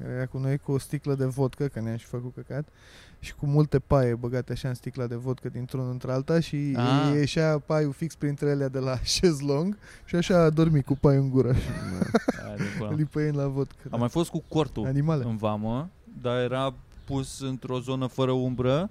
B: care era cu noi cu o sticlă de vodcă, că ne-am și făcut căcat, și cu multe paie băgate așa în sticla de vodcă dintr-unul într-alta și
A: Ah.
B: A. ieșea paiul fix printre ele de la șezlong și așa a dormit cu paiul în gură,
A: Hai de pula.
B: lipăind la vodcă.
A: Da.
B: da.
A: Am mai fost cu cortul
B: Animale.
A: în vamă, dar era pus într-o zonă fără umbră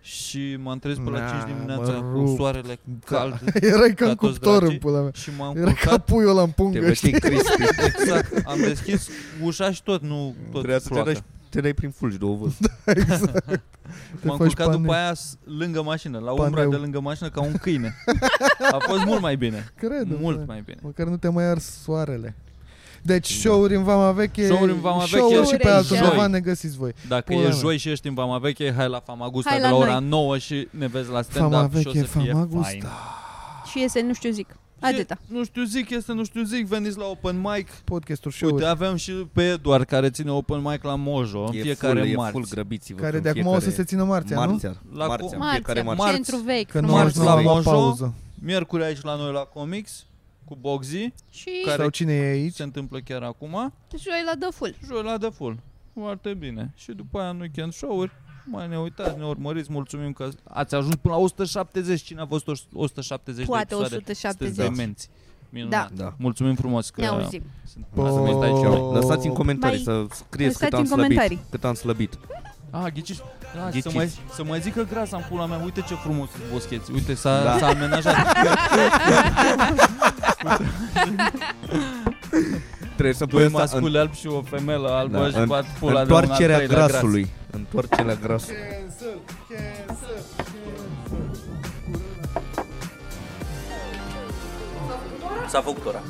A: și m-am trezit pe la
B: Na,
A: 5 dimineața
B: mă
A: cu
B: rup.
A: soarele cald
B: Erai Da. ca
A: Ca
B: în
A: toți
B: cuptor în
A: dracii.
B: pula mea.
A: și m-am
B: Era ca
A: culcat
B: puiul ăla în
D: Te
B: pungă,
D: văști
B: știi?
D: crispy.
A: Exact, am deschis ușa și tot, nu tot
D: Trebuia să te
A: floacă.
D: dai, te dai prin fulgi de ovăz.
A: Da.
B: Exact. Te
A: M-am
B: faci
A: culcat
B: pane.
A: după aia s- lângă mașină, la umbra
B: Paneu.
A: de lângă mașină ca un câine. A fost mult mai bine.
B: Cred. da.
A: mult
B: bă.
A: mai bine.
B: Măcar nu te mai ars soarele. Deci show-uri în Vama Veche,
A: Show-uri în Vama Veche
B: show-uri și pe
E: joi.
B: altundeva ne găsiți voi.
A: Dacă
B: Pula
A: e
B: mea.
A: joi și ești în Vama Veche, hai la Famagusta
E: Hai
A: de
E: la
A: la ora
E: noi.
A: 9 și ne vezi la stand-up
B: Fama
A: și o să
B: Veche,
A: fie
B: Famagusta.
A: fain.
E: Și iese, nu știu zic. Atâta.
A: Și, nu știu zic, este nu știu zic, veniți la open mic.
B: Podcasturi
A: Și
B: show
A: Uite, da, avem și pe Eduard care ține open mic la Mojo în
D: E
A: fiecare
D: full, E
A: marți.
D: full, grăbiți-vă.
B: care
D: în
B: de acum o să
D: fiecare-
B: se țină marțea, nu?
D: Marțea.
A: La
D: Marțea,
A: cu-
D: în
E: Marțea,
D: fiecare marți.
A: marți.
E: centru vechi,
B: Că nu
E: frumos.
A: Marți
B: marți
A: la
B: la
A: Mojo.
B: pauză.
A: Miercuri aici la noi la Comics cu Boxy,
E: Și
A: Care-
B: Sau cine e aici?
A: se întâmplă chiar acum.
E: joi la Dăful.
A: Joi la The Full. Foarte bine. Și după aia în weekend show-uri. Mai ne uitați, ne urmăriți, mulțumim că ați ajuns până la 170. Cine a văzut 170
E: Poate
A: de episoade?
E: 170.
A: Sunteți demenți. Minunat.
E: Da.
D: Da.
A: Mulțumim frumos că
E: Ne auzim.
A: sunt-
B: Bă.
A: să ne stai și eu.
D: Lăsați în comentarii
E: Bye.
D: să scrieți cât
E: Lăsați
D: am
E: în comentarii.
D: slăbit. Cât am slăbit.
A: Ah, ghiciți. Da, să,
D: Ghiciți.
A: mai, să mai zică grasa în pula mea. Uite ce frumos sunt boscheți. Uite, s-a,
D: Da.
A: s-a amenajat.
D: Trebuie trebuie să pui
A: Doi
D: asta Păi în-
A: masculi albi și o femelă albă
D: Da,
A: da, și
D: în-
A: bat pula de un al
D: Întoarcerea
A: treilea gras.
D: grasului. Întoarcerea grasului.
B: Cancel, cancel,
A: S-a făcut ora.